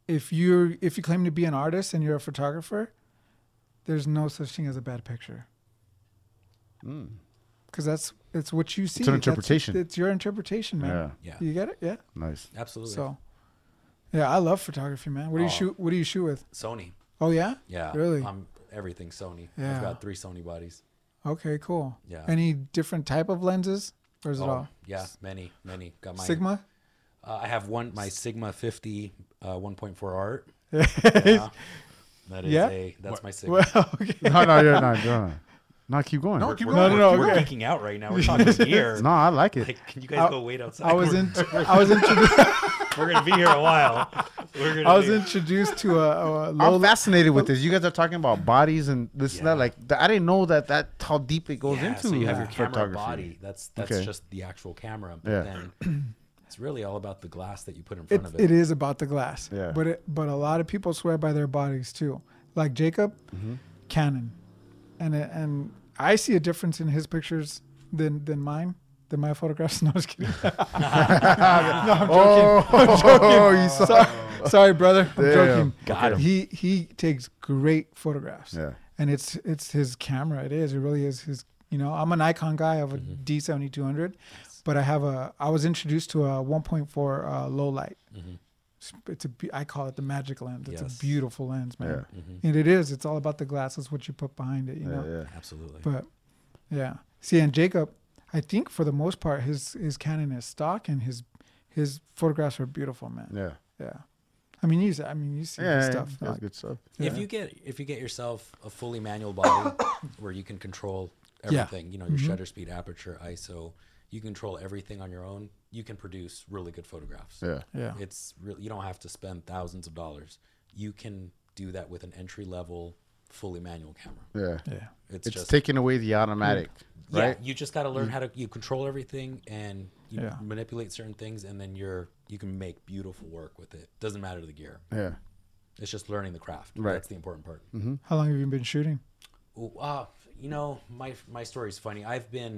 B: if you're if you claim to be an artist and you're a photographer, there's no such thing as a bad picture. Because that's Hmm. it's what you see.
A: an
B: That's-
A: interpretation.
B: it's your interpretation, man.
C: Yeah.
B: You get it? Yeah.
A: Nice.
C: Absolutely.
B: So, yeah, I love photography, man. What do you
C: Oh.
B: shoot? What do you shoot with?
C: Sony.
B: Oh yeah.
C: Yeah. Um,
B: Really?
C: I'm everything Sony.
B: Yeah.
C: I've got three Sony bodies.
B: Okay. Cool.
C: Yeah.
B: Any different type of lenses, or is it all
C: Oh, yeah, many, many. Got my
B: Sigma?
C: Uh, I have one, my Sigma 50 uh, 1.4 art. yeah. That is
B: Yeah?
C: a, that's my Sigma.
B: Well, okay.
A: No, no, yeah, no, no. No, keep going.
D: No, keep
C: We're-
D: going.
B: No, no, no,
C: we're,
B: okay.
C: geeking out right now. We're talking gear.
A: No, I like it.
C: Like, can you guys
B: I-
C: go wait outside?
B: I was
C: We're-
B: in. I was introduced.
E: We're gonna be here a while. We're gonna.
B: I was
E: be-
B: introduced to a, a low
A: I'm fascinated with this. You guys are talking about bodies and this and
C: Yeah.
A: that. Like, th- I didn't know that that how deep it goes
C: Yeah,
A: into
C: so you have your camera
A: photography.
C: body. That's that's
A: Okay.
C: just the actual camera. But
A: Yeah.
C: then it's really all about the glass that you put in
B: it,
C: front of
B: it
C: it.
B: is about the glass.
A: Yeah.
B: But it, but a lot of people swear by their bodies too. Like Jacob, uh, Canon, and it- and I see a difference in his pictures than than mine than my photographs. No, I'm just kidding.
A: Ah, oh, oh, you saw.
B: sorry, sorry, brother. I'm
A: Damn.
B: joking.
E: Got him.
B: He he takes great photographs.
A: Yeah.
B: And it's it's his camera. It is. It really is his. You know, I'm an Nikon guy. I have a seventy two hundred, but I have a. I was introduced to a one point four uh, low light. It's- It's a. be- I call it the magic lens. It's
C: Yes.
B: a beautiful lens, man.
A: Yeah.
B: And it is. It's all about the glass. It's what you put behind it. You know.
A: Yeah, yeah.
C: Absolutely.
B: But yeah, see, and Jacob, I think for the most part, his his Canon is stock, and his his photographs are beautiful, man.
A: Yeah.
B: Yeah, I mean, you see, I mean, you see
A: Yeah,
B: the
A: yeah,
B: stuff.
A: That's
B: like-
A: good stuff.
B: yeah.
C: If you get if you get yourself a fully manual body where you can control
B: Yeah. Mm-hmm.
C: everything, you know, your shutter speed, aperture, ISO, you control everything on your own, you can produce really good photographs.
A: Yeah.
B: yeah,
C: It's really you don't have to spend thousands of dollars. You can do that with an entry level fully manual camera.
A: Yeah.
B: yeah,
C: It's,
A: It's
C: just
A: taking away the automatic,
C: yeah,
A: right?
C: you just got to learn how to you control everything and you
B: Yeah.
C: manipulate certain things and then you're you can make beautiful work with it. Doesn't matter the gear.
A: Yeah.
C: It's just learning the craft.
A: Right.
C: That's the important part.
B: How long have you been shooting?
C: Ooh, uh, you know, my my story's funny. I've been,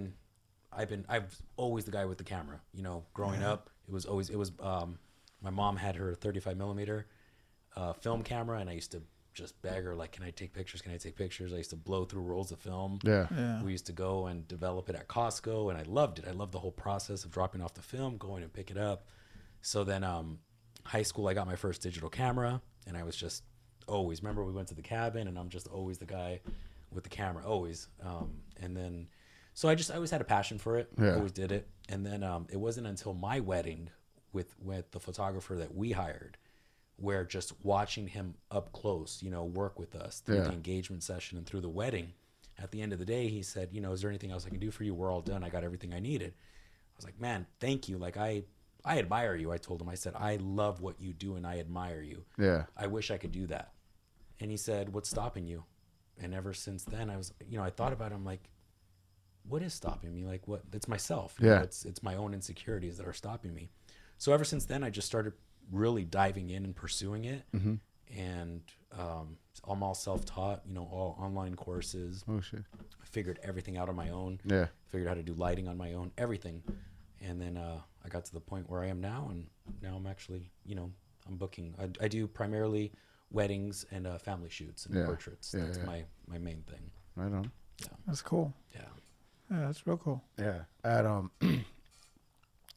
C: I've been, I've always the guy with the camera. You know, growing up, it was always it was. Um, my mom had her 35 millimeter uh, film camera, and I used to just beg her like, "Can I take pictures? Can I take pictures?" I used to blow through rolls of film.
A: Yeah.
B: Yeah.
C: We used to go and develop it at Costco, and I loved it. I loved the whole process of dropping off the film, going and pick it up. So then, um, high school, I got my first digital camera, and I was just always. Remember, we went to the cabin, and I'm just always the guy with the camera, always. Um, and then, so I just I always had a passion for it.
A: Yeah.
C: Always did it. And then um, it wasn't until my wedding with with the photographer that we hired, where just watching him up close, you know, work with us through
A: Yeah.
C: the engagement session and through the wedding. At the end of the day, he said, "You know, is there anything else I can do for you? We're all done. I got everything I needed." I was like, "Man, thank you. Like I, I admire you." I told him. I said, "I love what you do, and I admire you.
A: Yeah.
C: I wish I could do that." And he said, "What's stopping you?" And ever since then, I was, you know, I thought about it. I'm like, what is stopping me? Like what? It's myself. you know,
A: Yeah.
C: it's it's my own insecurities that are stopping me. So ever since then, I just started really diving in and pursuing it,
A: Mm-hmm.
C: and um, I'm all self-taught. You know, all online courses.
A: Oh shit.
C: I figured everything out on my own.
A: Yeah.
C: Figured how to do lighting on my own. Everything, and then uh, I got to the point where I am now, and now I'm actually, you know, I'm booking. I, I do primarily weddings and uh, family shoots and
A: Yeah.
C: portraits.
A: Yeah,
C: That's
A: yeah.
C: my my main thing.
A: Right on.
B: That's cool.
C: Yeah.
B: Yeah, that's real cool.
A: Yeah. At um,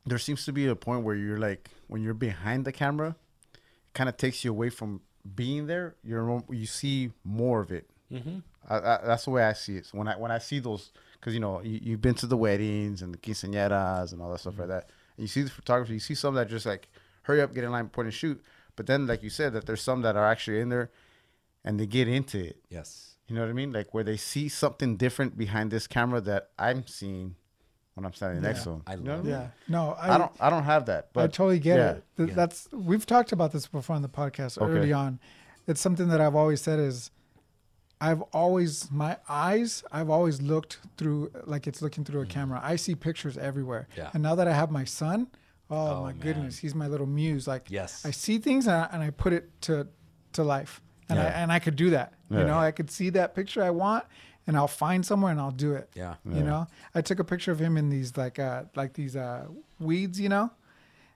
A: there seems to be a point where you're like, when you're behind the camera, it kind of takes you away from being there. You're mo- you see more of it. Mm-hmm. I, I, that's the way I see it. So when I when I see those, because you know you, you've been to the weddings and the quinceañeras and all that stuff like that, and you see the photography, you see some that just like hurry up, get in line, point and shoot. But then, like you said, that there's some that are actually in there, and they get into it.
C: Yes.
A: You know what I mean? Like where they see something different behind this camera that I'm seeing when I'm standing next to them.
C: I
A: you know
C: love
A: what I mean?
B: Yeah. No, I,
A: I don't. I don't have that. But
B: I totally get
A: yeah.
B: it. Th-
C: Yeah.
B: That's we've talked about this before on the podcast
A: Okay.
B: early on. It's something that I've always said is I've always my eyes I've always looked through like it's looking through a camera. I see pictures everywhere.
C: Yeah.
B: And now that I have my son, oh,
C: Oh,
B: my
C: man.
B: goodness, he's my little muse. Like
C: Yes.
B: I see things and I, and I put it to to life. And I and I could do that.
A: Yeah.
B: You know, I could see that picture I want and I'll find somewhere and I'll do it.
C: Yeah.
B: You know, I took a picture of him in these like uh like these uh weeds, you know,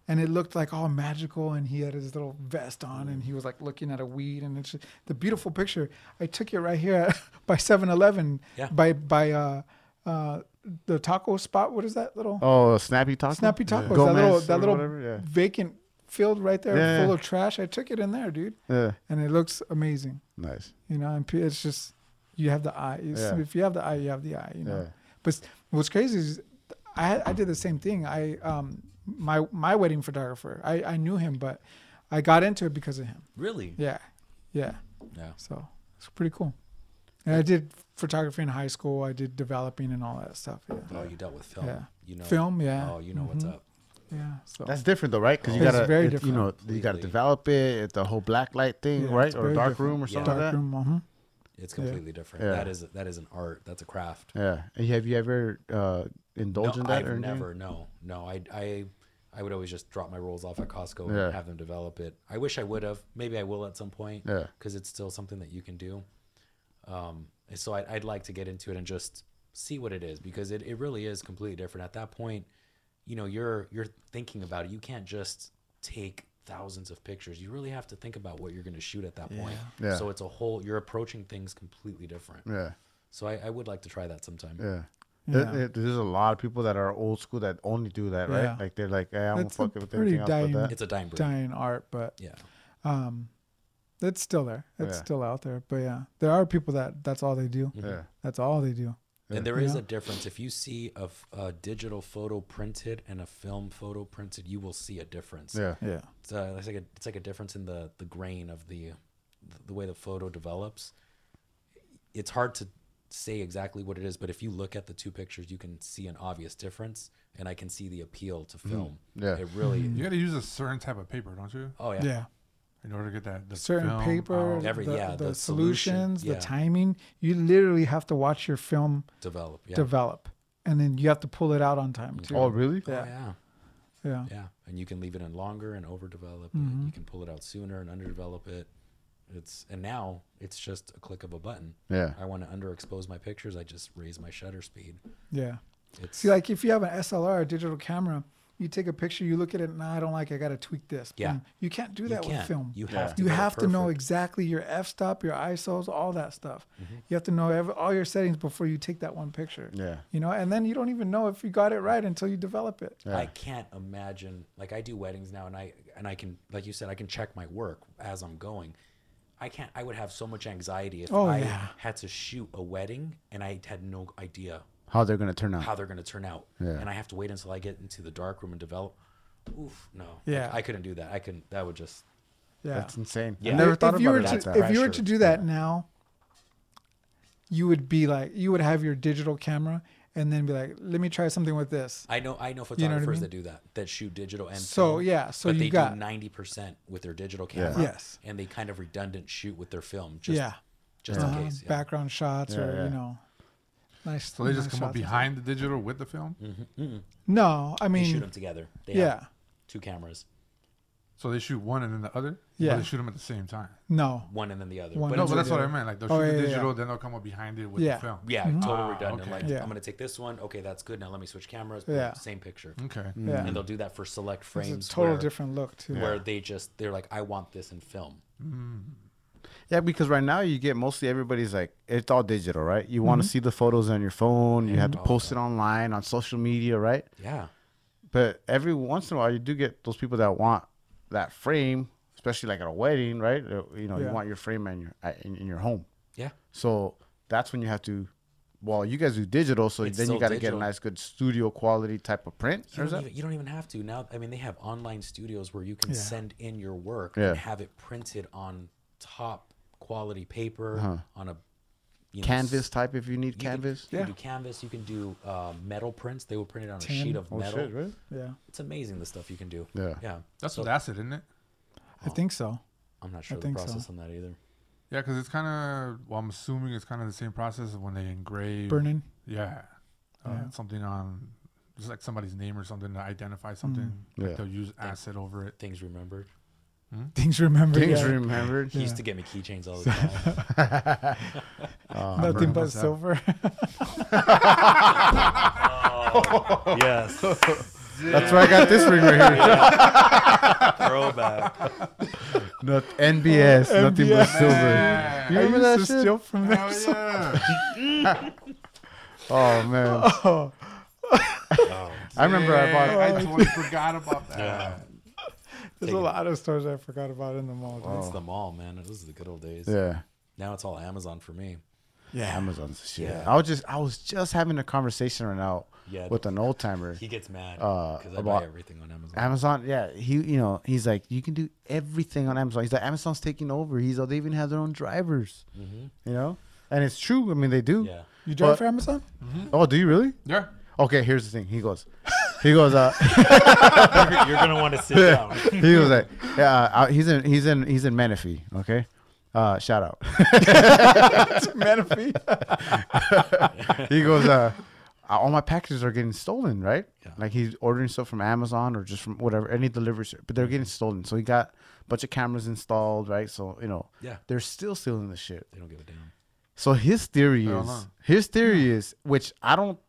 B: and it looked like all magical. And he had his little vest on, and he was like looking at a weed, and it's just, the beautiful picture. I took it right here by 7-Eleven,
C: Yeah.
B: by by uh uh the taco spot. What is that little
A: Oh, snappy taco.
B: snappy tacos? That
A: Gomez
B: little
A: or
B: that little
A: whatever, yeah.
B: vacant field right there,
A: Yeah,
B: full
A: yeah.
B: of trash. I took it in there, dude,
A: Yeah.
B: and it looks amazing.
A: Nice.
B: You know, and pe- it's just you have the eye. It's-
A: Yeah.
B: If you have the eye, you have the eye. You know.
A: Yeah.
B: But s- what's crazy is I I did the same thing. I um my my wedding photographer. I I knew him, but I got into it because of him.
C: Really?
B: Yeah, yeah.
C: Yeah.
B: So it's pretty cool. And I did photography in high school. I did developing and all that stuff. Yeah.
C: Oh, you dealt with film.
B: Yeah.
C: You know.
B: Film, yeah. Mm,
C: Oh, you know
A: Mm-hmm.
C: what's up.
B: Yeah. So
A: That's different though, right? Because you
B: It's
A: gotta,
B: very
A: it- you
B: different.
A: know, you gotta
C: Completely.
A: develop it. it- The whole black light thing,
B: Yeah,
A: right?
B: it's
A: Or
B: very
A: dark
B: different.
A: room or
C: Yeah.
A: something like
B: dark
A: that.
B: room. uh-huh.
C: It's completely different.
A: Yeah.
C: That is that is an art. That's a craft.
A: Yeah. And have you ever uh,
C: No,
A: indulged in that
C: I've
A: or anything?
C: never. No, no. I I I would always just drop my rolls off at Costco
A: Yeah.
C: and have them develop it. I wish I would have. Maybe I will at some point.
A: Yeah.
C: Because it's still something that you can do. Um. and So I, I'd like to get into it and just see what it is because it, it really is completely different. At that point, you know, you're you're thinking about it. You can't just take thousands of pictures. You really have to think about what you're going to shoot at that point.
A: Yeah.
C: So it's a whole. You're approaching things completely different.
A: Yeah.
C: So I, I would like to try that sometime.
A: Yeah.
B: Yeah.
A: There- there- There's a lot of people that are old school that only do that, right?
B: Yeah.
A: Like they're like, hey, I'm
B: That's a
A: fucking with
B: pretty
A: everything else but
B: dying-
A: that.
C: It's a dime break.
B: dying art, but
C: Yeah.
B: um, it's still there. It's
A: Yeah.
B: still out there. But yeah, there are people that that's all they do.
A: Yeah.
B: That's all they do.
C: And there is
B: Yeah.
C: a difference. If you see a, f- a digital photo printed and a film photo printed, you will see a difference.
A: Yeah.
B: Yeah.
C: It's, uh, it's like a it's like a difference in the the grain of the the way the photo develops. It's hard to say exactly what it is, but if you look at the two pictures, you can see an obvious difference, and I can see the appeal to film.
A: Mm. Yeah.
C: It really.
D: You got to use a certain type of paper, don't you?
C: Oh yeah.
B: Mm-hmm. Yeah.
D: In order to get that the
B: Certain
D: film um,
B: paper,
D: out.
C: Every-
B: the,
C: yeah,
B: the,
C: the solution,
B: solutions,
C: yeah.
B: the timing. You literally have to watch your film
C: Develop. Yeah.
B: develop, and then you have to pull it out on time too.
A: Oh, really?
C: Oh,
B: yeah.
C: yeah.
B: yeah.
C: Yeah. And you can leave it in longer and overdevelop. It.
B: Mm-hmm.
C: You can pull it out sooner and underdevelop it. It's and now it's just a click of a button.
A: Yeah.
C: I want to underexpose my pictures. I just raise my shutter speed.
B: Yeah.
C: It's
B: See, like if you have an SLR, a digital camera, you take a picture, you look at it, and I don't like. it, I got to tweak this.
C: Yeah.
B: Boom. You can't do
C: you
B: that with
C: can't.
B: film.
C: You
B: You,
C: have to.
B: you
C: get it
B: have to know
C: perfect. Mm-hmm.
B: exactly your f-stop, your ISOs, all that stuff. You have to know every, all your settings before you take that one picture.
A: Yeah.
B: You know, and then you don't even know if you got it right until you develop it.
A: Yeah.
C: I can't imagine. Like I do weddings now, and I and I can, like you said, I can check my work as I'm going. I can't. I would have so much anxiety if
B: Oh,
C: I
B: yeah.
C: had to shoot a wedding and I had no idea
A: How they're gonna turn out?
C: how they're going to turn out,
A: Yeah.
C: and I have to wait until I get into the dark room and develop. Oof, no. Like,
B: Yeah.
C: I couldn't do that. I couldn't. That would just.
B: Yeah.
A: That's insane.
C: Yeah.
A: I never
B: if,
A: thought
B: if you
A: about
B: were
A: it like
B: to,
A: that.
B: If you were to
C: Pressure.
B: do that now, you would be like, you would have your digital camera, and then be like, let me try something with this.
C: I know. I know photographers
B: You know what I mean?
C: that do that. That shoot digital and
B: So,
C: film,
B: yeah, so
C: but
B: you
C: they
B: got-
C: do ninety percent with their digital camera.
B: Yes.
C: And they kind of redundant shoot with their film. Just,
B: yeah.
C: Just
B: Uh-huh.
C: in case. Yeah.
B: background shots
A: Yeah,
B: or
A: yeah.
B: you know nice
D: So they
B: nice
D: just come up
B: shots and Mm.
D: behind the digital with the film.
B: stuff. no i
C: They shoot
B: mean
C: them together. They
B: yeah
C: Have two cameras.
D: So they shoot one and then the other. or
B: Yeah.
D: they shoot them at the same time.
B: no
C: one and then the other.
B: One.
C: But
D: No,
C: it's,
D: but that's what I
B: digital.
D: meant. Like they'll shoot
B: Oh, yeah,
D: the
B: yeah,
D: digital,
B: yeah.
D: then they'll come up behind it with
B: Yeah.
D: the film.
C: yeah, total redundant.
D: okay.
C: Like
B: Yeah.
C: I'm gonna take this one. Okay, that's good. Now let me switch cameras.
B: Yeah.
C: Same picture.
D: Okay.
B: yeah
C: And they'll do that for select
B: it's
C: frames.
B: a total
C: where,
B: different look too
C: Where they just they're like, I want this in film.
A: Yeah, because right now you get mostly everybody's like it's all digital, right? You
B: Mm-hmm.
A: want to see the photos on your phone, you have
B: Oh,
A: to post it online on social media, right?
C: Yeah.
A: But every once in a while you do get those people that want that frame, especially like at a wedding, right? Uh, You know, you
B: Yeah.
A: want your frame in your at- in, in your home.
C: Yeah.
A: So that's when you have to well, you guys do digital, so
C: It's
A: then
C: still
A: you got to get a
C: digital.
A: nice good studio quality type of print.
C: You
A: Or is
C: don't,
A: that?
C: even, you don't even have to now. I mean, they have online studios where you can send in your work
A: Yeah.
C: and have it printed on top quality paper on a you know,
A: Uh-huh. Canvas type if you need
C: You can-
A: canvas.
C: you can do canvas. You can do uh, metal prints. They will print it on a sheet of
A: Oh
C: metal.
A: shit, really?
B: yeah
C: It's amazing the stuff you can do.
A: Yeah.
C: Yeah.
D: That's what that's it, isn't it?
B: i think so
C: I'm not sure the
B: think so.
C: process on that either.
D: Yeah, because it's kind of. Well, I'm assuming it's kind of the same process of when they engrave.
B: burning
D: Yeah. Uh, Something on, just like somebody's name or something to identify something. Like
A: Yeah.
D: They'll use acid over it.
C: Things remembered.
B: things remembered
A: Things
B: yeah.
A: remembered.
C: He used to get me keychains all the time.
B: nothing but
D: What's that?
B: silver
E: Yes.
A: That's where I got this ring right here.
E: Throwback.
A: Not NBS, nothing but
B: NBS.
A: silver. You
B: i
A: remember
B: used
A: that
B: to
A: shit?
B: steal from them
D: Hell yeah.
A: Oh man,
B: oh,
A: I remember I bought.
D: I totally forgot about that.
B: there's a lot of stores i forgot about in the mall dude.
C: It's the mall, man. It was the good old days.
A: Oh. Yeah,
C: Now it's all Amazon for me.
A: yeah, Amazon's the shit.
C: Yeah.
A: I was just, I was just having a conversation right now
C: Yeah.
A: with an old timer.
C: He gets mad
A: Uh,
C: because I
A: about-
C: buy everything on Amazon.
A: Amazon, yeah, he, you know, he's like, you can do everything on Amazon. He's like, Amazon's taking over. He's like, they even have their own drivers, you know, and it's true. I mean, they do.
C: yeah.
B: you drive
A: But-
B: for amazon
A: Oh, do you really?
D: Yeah.
A: Okay, here's the thing. He goes, he goes, uh,
E: You're, you're gonna want to sit down.
A: he was like, yeah, uh, he's in, he's in, he's in Menifee. Okay, uh, shout out.
B: manaphy
A: he goes, uh, all my packages are getting stolen, right?
C: Yeah.
A: Like he's ordering stuff from Amazon or just from whatever, any delivery, ser- but they're getting stolen. So he got a bunch of cameras installed, right? So, you know,
C: Yeah.
A: they're still stealing the shit.
C: They don't give a damn.
A: So his theory
C: Uh-huh.
D: I don't
A: is
D: know.
A: his theory is which I don't.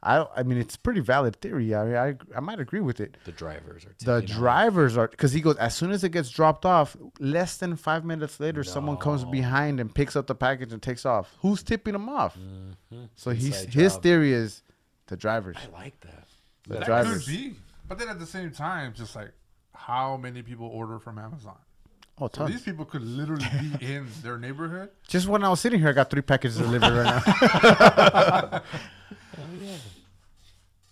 A: I I mean it's pretty valid theory. I mean, I I might agree with it.
C: The drivers are
A: The
C: taking off.
A: drivers are because he goes as soon as it gets dropped off. Less than five minutes later, someone comes behind and picks up the package and takes off. Who's tipping him off? So he's
C: Inside
A: his
C: job.
A: theory is the drivers.
C: I like that.
A: The
D: that
A: drivers.
D: could be. But then at the same time, just like how many people order from Amazon?
A: Oh,
D: So
A: tons.
D: these people could literally be in their neighborhood.
A: Just when I was sitting here, I got three packages delivered right now.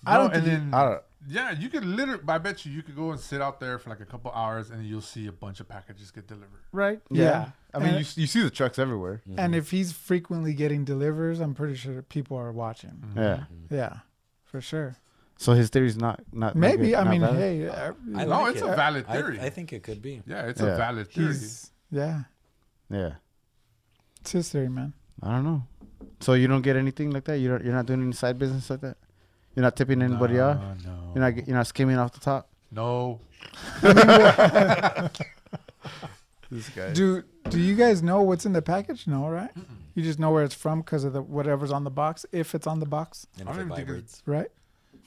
B: I don't
D: No, and
B: think-
D: then
A: I don't.
D: yeah, you could literally. I bet you you could go and sit out there for like a couple hours, and you'll see a bunch of packages get delivered.
A: Right?
B: Yeah.
A: I mean,
B: And-
A: you, s- you see the trucks everywhere.
B: And if he's frequently getting delivers, I'm pretty sure people are watching.
A: Yeah.
B: Yeah, for sure.
A: So his theory's not not not
B: Maybe.
A: good-
B: I
A: not
B: mean,
A: valid?
B: hey, uh,
C: I
D: no,
C: like
D: it's
C: it.
D: a valid
C: I,
D: theory.
C: I think it could be.
D: Yeah, it's
A: Yeah.
D: a valid theory.
B: he's yeah,
A: Yeah.
B: it's his theory, man.
A: I don't know. So you don't get anything like that. You don't. You're not doing any side business like that. You're not tipping anybody
D: no,
A: off.
D: No.
A: You're not. get- You're not skimming off the top.
D: no.
A: This guy.
B: Do Do you guys know what's in the package? No, right? You just know where it's from because of the whatever's on the box, if it's on the box,
C: And
D: I
C: if
D: don't
C: it
D: even think
C: vibrates,
B: right?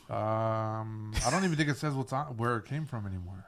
D: Um, I don't even think it says what's on where it came from anymore.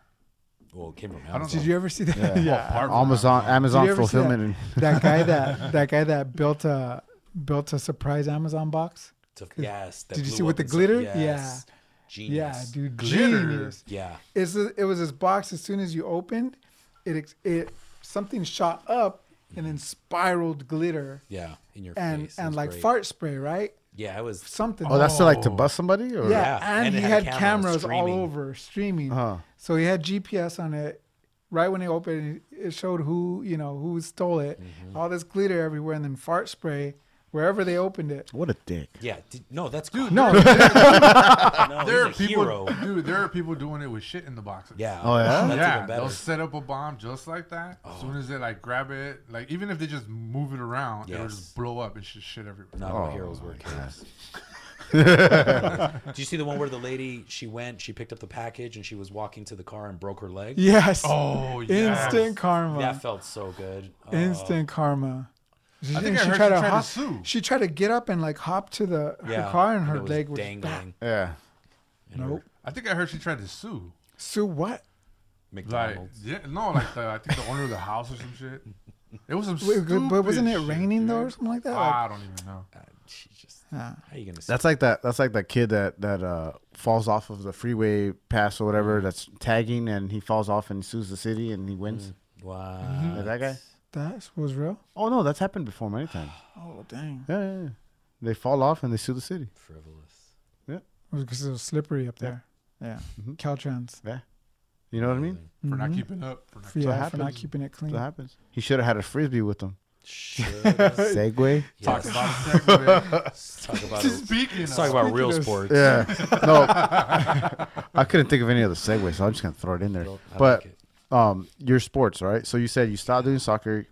C: well, it came from
D: don't
C: Amazon.
B: Did you ever see that?
A: Yeah.
D: Apart from
A: Amazon. Amazon
B: ever see
A: fulfillment. And,
B: that guy that that guy that built a built a surprise Amazon box.
C: To- yes. that
B: Did you see
C: blew
B: with
C: up
B: the
C: inside.
B: glitter?
C: Yes.
B: Yeah,
C: Genius.
B: dude,
D: Glitter.
B: genius.
C: Yeah.
B: It's a, it was this box. As soon as you opened, it ex- it something shot up and then spiraled glitter
C: Yeah. In your
B: and
C: face. It
B: and
C: was
B: like
C: great.
B: fart spray, right?
C: Yeah, it was.
B: Something.
A: oh, that's to like to
D: Oh.
A: bust somebody. Or?
B: yeah.
C: yeah,
B: And,
C: and it
B: he had,
C: had
B: cameras,
C: cameras
B: all
C: streaming.
B: over streaming.
A: Uh-huh.
B: So he had GPS on it. Right when it opened, it it showed who you know who stole it.
C: Mm-hmm.
B: All this glitter everywhere, and then fart spray wherever they opened it.
A: What a dick.
C: Yeah. Did, no, that's good.
B: No,
C: no
D: There are
C: he's a
D: people,
C: hero.
D: dude. There are people doing it with shit in the boxes.
C: Yeah.
A: Oh, yeah?
C: That's
D: yeah.
C: even better. Oh.
D: They'll set up a bomb just like that. As soon as they like grab it, like even if they just move it around, it'll
C: Yes.
D: just blow up and shit, shit everywhere.
C: Not all heroes were heroes. Do you see the one where the lady she went, she picked up the package, and she was walking to the car and broke her leg?
B: yes.
D: Oh, yeah.
B: Instant karma.
C: That felt so good. Oh,
B: Instant karma. She,
D: think
B: didn't-
D: I heard she tried to
B: hop-
D: sue.
B: She tried to get up and like hop to the her
C: yeah,
B: car, and her
C: it was
B: leg was
C: dangling.
A: Yeah.
B: Nope.
D: I think I heard she tried to sue.
B: Sue what?
D: Like,
C: McDonald's.
D: yeah, no, like the, I think the owner of the house or some shit. It was some.
B: Wait,
D: stupid
B: but wasn't it
D: shit,
B: raining though,
D: dude. Ah.
B: or something like that? Like,
D: I don't even know.
C: God, Uh, she just.
B: Yeah.
C: How you gonna?
A: That's like that. That's like that kid that that uh, falls off of the freeway pass or whatever.
B: Mm.
A: That's tagging, and he falls off and sues the city, and he wins.
C: wow.
A: Like Mm-hmm. that guy.
B: that was real.
A: Oh no, that's happened before many times.
B: Oh dang!
A: Yeah, yeah, yeah. They fall off and they sue the city.
C: Frivolous.
B: It was because it was slippery up there. Yeah, Caltrans. Mm-hmm.
A: You know what I mean?
D: For not keeping up. For
B: Yeah,
D: not
A: what
B: for not
A: happens.
B: keeping it clean.
A: That happens. He should have had a frisbee with him.
C: Shoulda.
A: Segway.
C: Yes.
D: Talk about segue.
C: Let's talk about.
D: Just Speaking
C: Let's
D: of-
C: talk about
B: Speaking
C: real
B: of-
C: sports.
A: Yeah. No, I couldn't think of any other segue, so I'm just gonna throw it in there.
C: Well, I
A: But
C: like it.
A: um, your sports, right? So you said you stopped doing soccer,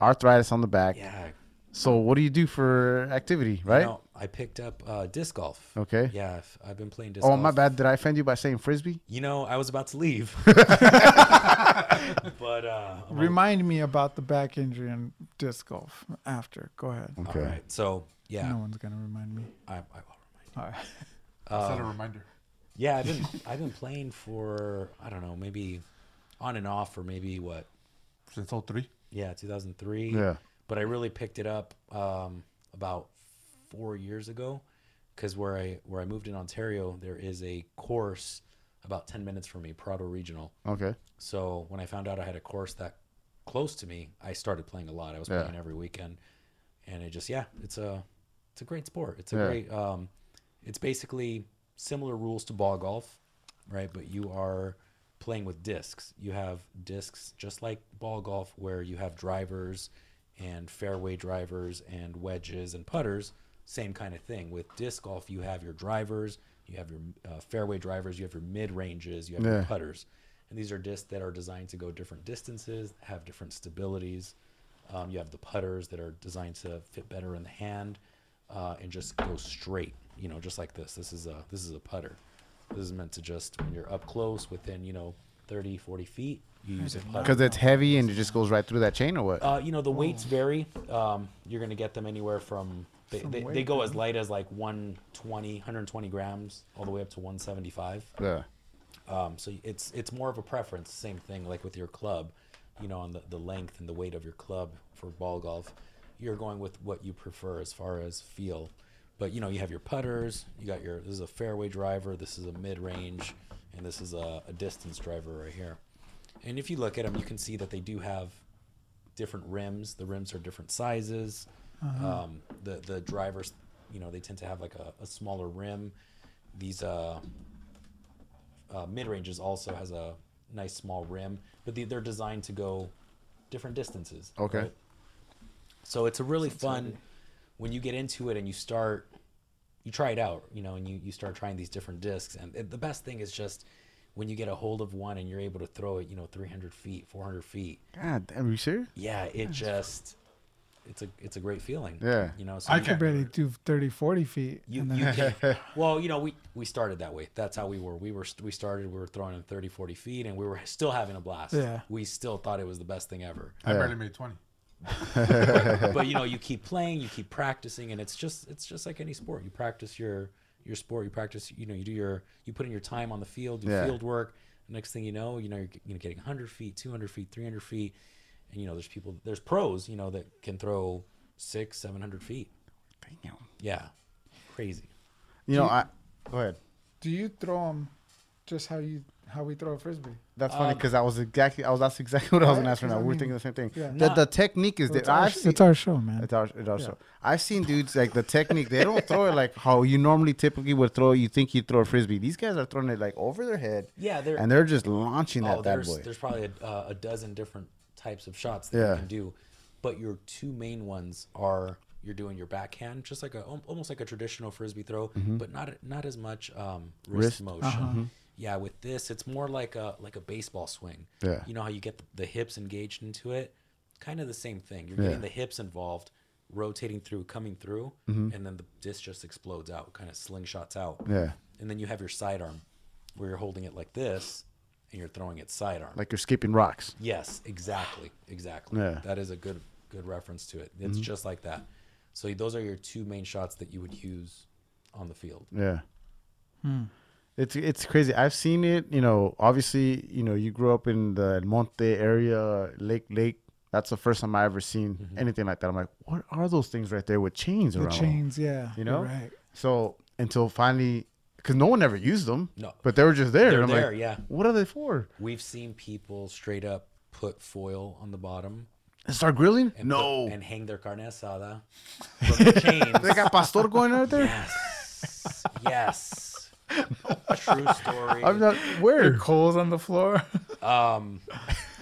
A: arthritis on the back.
C: yeah,
A: So what do you do for activity, right?
C: You know, I picked up uh, disc golf.
A: Okay.
C: Yeah, I've, I've been playing disc
A: oh
C: golf.
A: my bad. Did I offend you by saying frisbee?
C: You know, I was about to leave. but uh, I'm
B: Remind me about the back injury and disc golf after. Go ahead.
C: all right. So yeah,
B: No one's gonna remind me.
C: I, I will remind. you.
B: All right.
D: Set a reminder.
C: Yeah, I've been I've been playing for I don't know maybe on and off for maybe what
D: Since 03.
C: yeah 2003.
A: Yeah.
C: But I really picked it up um, about four years ago because where I where I moved in Ontario there is a course about 10 minutes from me Prado Regional.
A: Okay.
C: So when I found out I had a course that close to me, I started playing a lot. I was
A: Yeah.
C: playing every weekend, and it just yeah, it's a it's a great sport. It's a
A: Yeah.
C: great um, it's basically similar rules to ball golf, right? But you are playing with discs. You have discs just like ball golf, where you have drivers and fairway drivers and wedges and putters. Same kind of thing with disc golf. You have your drivers, you have your uh, fairway drivers, you have your mid ranges, you have your
A: Yeah.
C: putters. And these are discs that are designed to go different distances, have different stabilities. Um, you have the putters that are designed to fit better in the hand uh, and just go straight. You know, just like this. This is a this is a putter. This is meant to just when you're up close within you know 30, 40 feet, you use a putter.
A: Because it's heavy and it just goes right through that chain or what?
C: Uh, you know, the weights vary. Um, you're going to get them anywhere from, they,
B: From
C: they, they
B: weight,
C: go as light as like 120, 120 grams all the way up to 175.
A: yeah.
C: Um, so it's it's more of a preference. Same thing like with your club, you know, on the, the length and the weight of your club for ball golf, you're going with what you prefer as far as feel. But you know, you have your putters. You got your this is a fairway driver. This is a mid range, and this is a, a distance driver right here. And if you look at them, you can see that they do have different rims. The rims are different sizes. Um, the the drivers, you know, they tend to have like a, a smaller rim. These uh, uh, mid ranges also has a nice small rim, but they, they're designed to go different distances.
A: Okay.
C: So it's a really fun when you get into it and you start, you try it out, you know, and you, you start trying these different discs. And it- the best thing is just when you get a hold of one and you're able to throw it, you know, 300 feet, 400 feet.
A: God damn, are you serious?
C: Yeah, it just, it's a it's a great feeling.
A: Yeah.
C: You know, so
D: I
C: you-
B: I could
D: Okay.
B: barely do 30, 40 feet.
C: you,
B: and then
C: you can, well, you know, we, we started that way. That's how we were. We were, we started, we were throwing in 30, 40 feet and we were still having a blast.
B: Yeah.
C: We still thought it was the best thing ever.
D: I
A: Yeah.
D: barely made twenty.
C: but you know, you keep playing, you keep practicing and it's just, it's just like any sport. You practice your, your sport, you practice, you know, you do your, you put in your time on the field, your
A: Yeah.
C: field work. Next thing you know, you know, you're you know, getting 100 feet, 200 feet, 300 feet. And, you know, there's people, there's pros, you know, that can throw six, 700 feet.
A: Damn.
C: Yeah. Crazy.
A: You know, I go ahead.
B: do you throw them just how you how we throw a frisbee?
A: That's
C: Um,
A: funny because I was exactly I was that's exactly what I was gonna
B: Right?
A: ask right now.
B: 'Cause I
A: We were
B: mean,
A: thinking the same thing.
B: yeah.
A: The, the technique is
B: It's
A: there.
B: our,
A: I've seen,
B: it's our show, man.
A: It's our, it's our show. I've seen dudes like the technique. They don't throw it like how you normally typically would throw. You think you throw a frisbee. These guys are throwing it like over their head.
C: Yeah, they're- Oh,
A: and they're just launching that bad
C: there's,
A: boy.
C: There's probably a, uh, a dozen different types of shots that
A: Yeah.
C: you can do, but your two main ones are you're doing your backhand, just like a al- almost like a traditional frisbee throw, but not not as much um, wrist,
A: Mm-hmm. Wrist. Mm-hmm.
C: motion. Yeah, with this, it's more like a like a baseball swing.
A: Yeah.
C: you know how you get the, the hips engaged into it, kind of the same thing. You're
A: Yeah.
C: getting the hips involved, rotating through, coming through,
A: Mm-hmm.
C: and then the disc just explodes out, kind of slingshots out.
A: Yeah.
C: and then you have your sidearm, where you're holding it like this, and you're throwing it sidearm.
A: Like you're skipping rocks.
C: Yes, exactly, exactly.
A: Yeah. Mm-hmm.
C: That is a good good reference to it. It's just like that. So those are your two main shots that you would use on the field.
A: Yeah.
C: Hmm.
A: It's it's crazy. I've seen it. You know, obviously, you know, you grew up in the El Monte area, Lake Lake. That's the first time I ever seen
C: Mm-hmm.
A: anything like that. I'm like, what are those things right there with chains
B: the
A: around? them?
B: chains, yeah.
A: You
B: you're
A: know?
B: right?
A: So until finally, because no one ever used them.
C: No.
A: But they were just there.
C: They're
A: and I'm
C: there,
A: like,
C: yeah.
A: What are they for?
C: We've seen people straight up put foil on the bottom
A: And start grilling?
C: and
A: No.
C: put- and hang their carne asada from the chains.
A: they got pastor going out there.
C: yes, yes. True story.
A: I'm not where.
B: Coals on the floor.
C: um,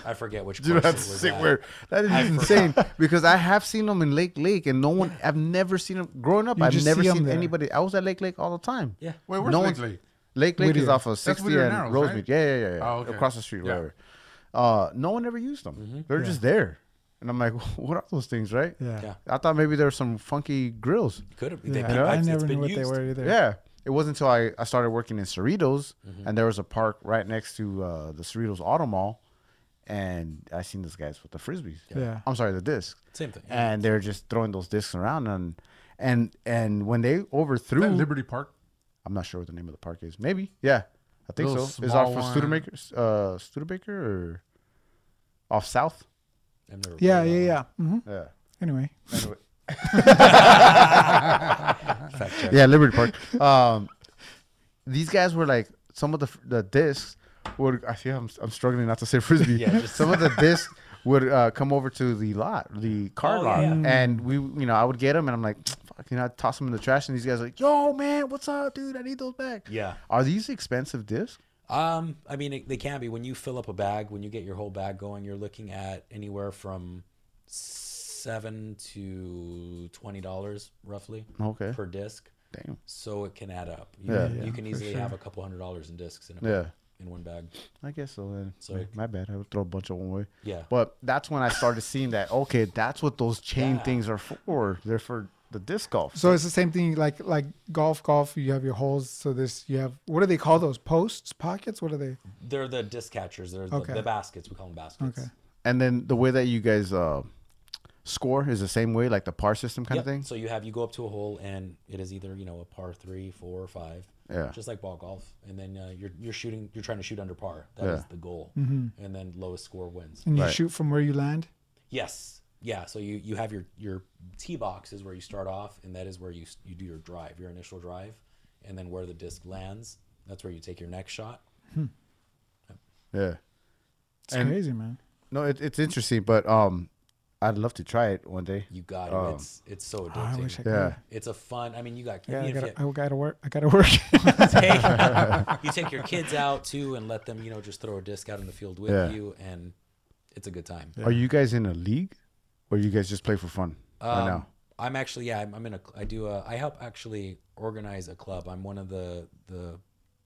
C: I forget which.
A: Dude,
C: course it
A: that's
C: was
A: sick.
C: at.
A: Where that is
C: I
A: insane because I have seen them in Lake Lake, and no one. I've never seen them growing up.
B: You
A: I've
B: just
A: never
B: see 'em
A: seen
B: there.
A: anybody. I was at Lake Lake all the time.
C: Yeah.
D: Wait, where's
A: No
D: Lake
A: one's-
D: Lake?
A: Lake Lake is
B: Whittier.
A: off of
D: That's
A: 60
D: Whittier
A: and
D: Narrows,
A: Rosemead.
D: right?
A: Yeah, yeah, yeah, yeah.
D: Oh, okay.
A: Across the street,
D: Yeah. Mm-hmm.
A: whatever. Uh, no one ever used them. They're just there, and I'm like, what are those things, right?
B: Yeah.
C: Yeah.
A: I thought maybe there were some funky grills.
C: Could have.
B: Yeah,
C: They,
B: I
C: it's
B: never
C: been
B: knew what
C: used.
B: they were either.
A: Yeah. It wasn't until I, I started working in Cerritos
D: Mm-hmm.
A: and there was a park right next to uh, the Cerritos Auto Mall. And I seen those guys with the frisbees.
B: Yeah.
A: I'm sorry, the discs.
C: Same thing.
A: And they're just throwing those discs around. And and and when they overthrew,
D: Is that Liberty Park?
A: I'm not sure what the name of the park is. Maybe. Yeah. I think
D: Little
A: so. Is off
D: small
A: of
D: one.
A: Studebaker, uh, Studebaker or off South?
C: I've never
B: Yeah, yeah,
C: played that
B: yeah. hmm
A: Yeah.
B: Anyway,
A: Anyway.
C: one. Fact check.
A: yeah, Liberty Park. Um, these guys were like some of the the discs would. I see I'm I'm struggling not to say frisbee.
C: Yeah, just-
A: some of the discs would uh, come over to the lot, the car
C: Oh,
A: lot,
C: yeah,
A: and we you know I would get them and I'm like, fuck, you know, I toss them in the trash and these guys are like, yo man, what's up, dude? I need those back.
C: Yeah.
A: Are these expensive discs?
C: Um, I mean, it, they can be when you fill up a bag. When you get your whole bag going, you're looking at anywhere from seven to twenty dollars, roughly,
A: Okay.
C: per disc.
A: Damn.
C: So it can add up. You,
A: Yeah.
C: you
B: Yeah,
C: can
B: for
C: easily
B: sure.
C: have a couple hundred dollars in discs in a
A: Yeah.
C: in one bag.
A: I guess so. Then.
C: So it-
A: my bad. I would throw a bunch of one way.
C: Yeah.
A: But that's when I started seeing that. Okay, that's what those chain
C: Yeah.
A: things are for. They're for the disc golf.
B: So it's the same thing like like golf, golf. You have your holes. So this you have what do they call those posts, pockets? What are they?
C: They're the disc catchers. They're the,
B: Okay.
C: the baskets. We call them baskets.
B: Okay.
A: And then the way that you guys uh, score is the same way, like the par system kind of
C: Yep.
A: thing.
C: So you have you go up to a hole and it is either you know a par three, four, or five.
A: Yeah.
C: Just like ball golf, and then uh, you're you're shooting. You're trying to shoot under par. That is
A: Yeah.
C: the goal. And then lowest score wins.
B: And you
A: Right.
B: shoot from where you land.
C: Yes. Yeah. So you you have your your tee box is where you start off, and that is where you s- you do your drive, your initial drive, and then where the disc lands. That's where you take your next shot.
A: Yeah.
B: It's
A: And-
B: crazy, man.
A: No, it, it's interesting, but um, I'd love to try it one day.
C: You got it.
A: Oh.
C: It's it's so
B: I
C: addicting.
B: wish I could.
A: Yeah.
C: it's a fun. I mean, you got.
B: Yeah, I
C: even if
B: gotta,
C: you-
B: I gotta work. I gotta work.
C: take you take your kids out too and let them you know just throw a disc out in the field with
A: Yeah.
C: you and it's a good time
A: Are you guys in a league, or you guys just play for fun right
C: Um,
A: now?
C: i'm actually yeah i'm, I'm in a i do a, i help actually organize a club i'm one of the the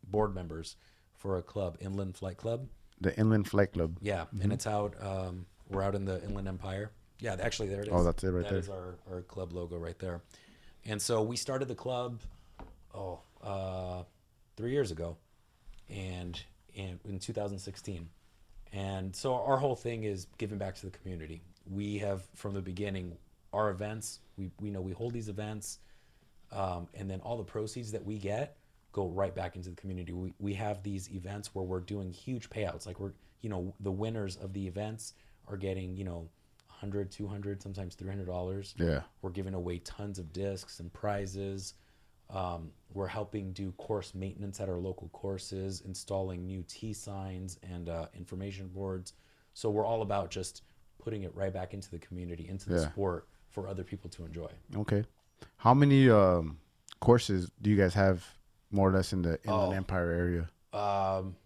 C: board members for a club inland flight club
A: The Inland Flight Club.
C: yeah and it's out um we're out in the inland empire yeah actually there it is
A: Oh, that's it right
C: that
A: there.
C: is our, our club logo right there and so we started the club oh uh three years ago and in, in 2016. And so our whole thing is giving back to the community. We have from the beginning our events. We we know we hold these events, um, and then all the proceeds that we get go right back into the community. We we have these events where we're doing huge payouts. Like we're you know the winners of the events are getting you know. 100 200 sometimes 300 dollars
A: Yeah.
C: we're giving away tons of discs and prizes. Um, we're helping do course maintenance at our local courses, installing new T signs and uh, information boards. So we're all about just putting it right back into the community, into the
A: Yeah.
C: sport for other people to enjoy.
A: Okay. How many um, courses do you guys have, more or less, in the Inland
C: Oh.
A: Empire area?
C: Um,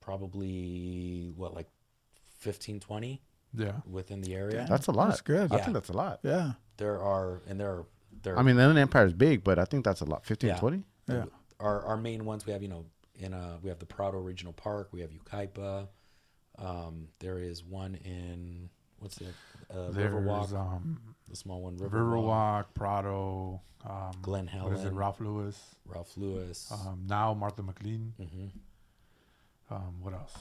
C: probably what like 15, 20
D: Yeah.
C: within the area.
A: That's a lot.
B: That's good.
A: I
C: Yeah.
A: think that's a lot.
B: yeah.
C: There are, and there are, there
A: I mean, the Inland Empire is big, but I think that's a lot. 15,
C: Yeah.
A: 20?
B: Yeah.
C: our our main ones we have you know in uh we have the Prado Regional Park we have Yucaipa um there is one in what's the uh,
D: There's
C: Riverwalk
D: um,
C: the small one Riverwalk,
D: Riverwalk, Prado, um,
C: Glen
D: what is it,
C: Helen
D: Ralph Lewis,
C: Ralph Lewis
A: Uh-huh.
D: um, now Martha McLean.
C: hmm
D: Um, what else?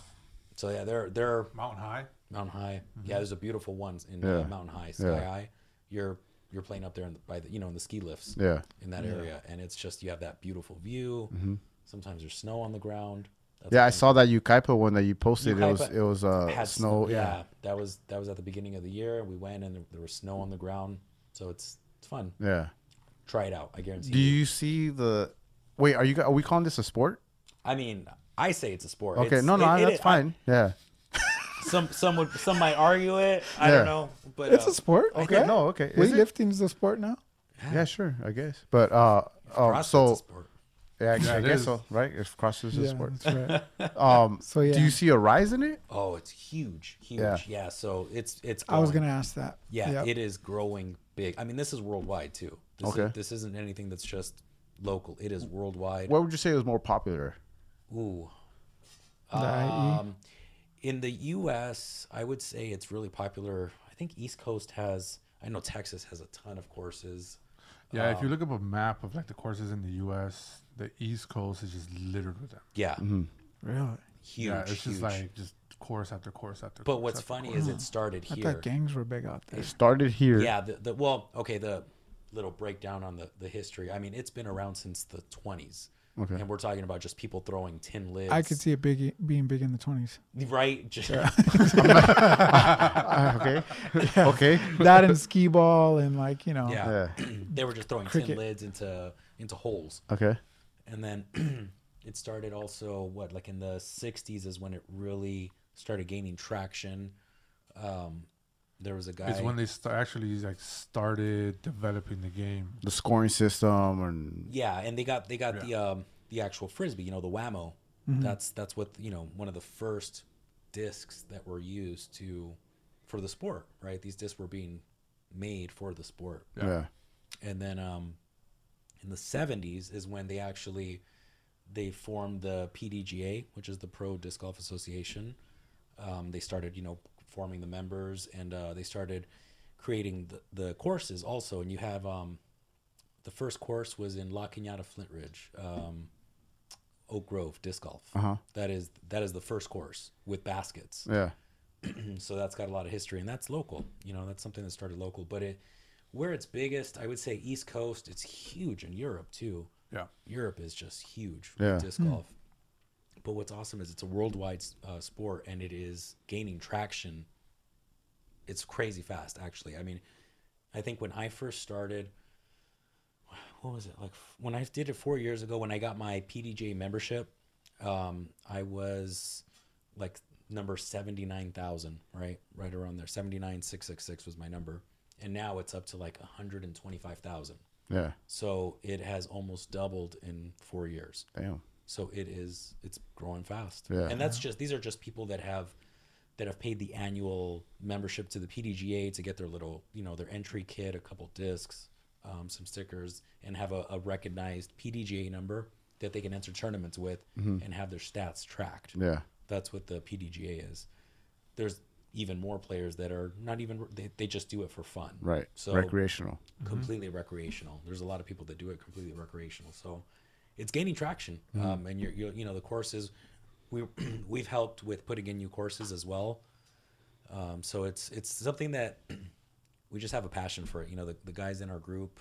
C: so yeah they're they're
D: Mountain High.
C: Mountain High yeah there's a beautiful ones in uh,
A: Mm-hmm. Yeah.
C: Mountain High Sky
A: Yeah.
C: High you're you're playing up there in the, by the you know in the ski lifts
A: Yeah. Mm-hmm.
C: in that area and it's just you have that beautiful view sometimes there's snow on the ground That's
A: yeah, I
C: one-
A: saw that Ukaipa one that you posted. It was
C: Yucaipa
A: it was uh,
C: had
A: snow.
C: sn-
A: yeah.
C: that was that was at the beginning of the year. We went and there, there was snow on the ground, so it's it's fun.
A: Yeah.
C: Try it out. I guarantee
A: Do you see the? Wait, are you? gu- Are we calling this a sport?
C: I mean, I say it's a sport.
A: Okay,
C: It's-
A: no, no,
C: it- it-
A: that's
C: I-
A: fine. yeah.
C: some some would some might argue it. I
A: Yeah.
C: don't know, but
B: It's
C: uh,
B: a sport.
A: Okay, no, okay. Is it?
B: Weightlifting is a sport now.
A: Yeah, sure, I guess. But uh, um,
C: CrossFit's a
A: so
C: sport.
A: yeah, I,
D: Yeah,
A: I
D: it
A: guess
D: is.
A: so, right? If CrossFit is a
B: yeah,
A: sport,
B: that's right.
A: um,
B: So yeah,
A: do you see a rise in it?
C: Oh, it's huge, huge.
A: Yeah.
C: Yeah. So it's it's.
B: I was
C: growing.
B: gonna ask that.
C: Yeah,
B: Yep.
C: it is growing big. I mean, this is worldwide too. This
A: Okay. Mm.
C: Is, this isn't anything that's just local. It is worldwide.
A: What would you say was more popular?
C: Ooh.
B: The IE?
C: Um, in the U.S., I would say it's really popular. I think East Coast has. I know Texas has a ton of courses.
D: Yeah,
C: Um,
D: if you look up a map of like the courses in the U.S., the East Coast is just littered with them.
C: Yeah,
B: Mm-hmm. really.
C: huge,
D: yeah, it's
C: huge.
D: just like just course after course after.
C: but
D: course
C: what's
D: after
C: funny
D: course.
C: is it started
B: I
C: here.
B: thought gangs were big out there.
A: It started here.
C: Yeah, the, the well, okay, the little breakdown on the the history. I mean, it's been around since the 20s.
A: Okay.
C: And we're talking about just people throwing tin lids.
B: I could see it big being big in the twenties.
C: right. Just,
A: Ah, okay. okay.
B: That and skee ball and like you know.
C: yeah.
A: Yeah.
C: They were just throwing tin
B: Cricket.
C: lids into into holes.
A: Okay.
C: and then it started also what like in the 60s is when it really started gaining traction um there was a guy
D: It's when they sta- actually like started developing the game.
A: The scoring system and
C: yeah and they got they got the um the actual frisbee you know the whammo that's that's what you know one of the first discs that were used to for the sport right these discs were being made for the sport
A: yeah.
C: and then um, in the 70s is when they actually they formed the pdga which is the pro disc golf association um, they started you know forming the members and uh, they started creating the, the courses also. And you have um, the first course was in La Cañada, Flint Ridge, um, Oak Grove disc golf. That is that is the first course with baskets.
A: Yeah.
C: so that's got a lot of history and that's local you know that's something that started local but it where it's biggest i would say east coast it's huge in europe too
D: Yeah.
C: europe is just huge
A: Yeah.
C: with disc golf but what's awesome is it's a worldwide uh, sport and it is gaining traction it's crazy fast actually i mean i think when i first started what was it like f- when i did it four years ago when i got my pdj membership um, i was like number 79000 right right around there 79666 was my number and now it's up to like 125000
A: Yeah.
C: so it has almost doubled in four years
A: Damn.
C: so it is it's growing fast.
A: Yeah.
C: And that's just these are just people that have that have paid the annual membership to the PDGA to get their little, you know, their entry kit, a couple discs, um, some stickers, and have a, a recognized PDGA number that they can enter tournaments with and have their stats tracked.
A: Mm-hmm. Yeah.
C: That's what the PDGA is. There's even more players that are not even they, they just do it for fun.
A: Right.
C: So
A: Recreational.
C: completely recreational. There's a lot of people that do it completely recreational. So it's gaining traction. Um, and you're, you're, you know, the courses we we've helped with putting in new courses as well. Um, so it's it's something that we just have a passion for it. You know, the, the guys in our group,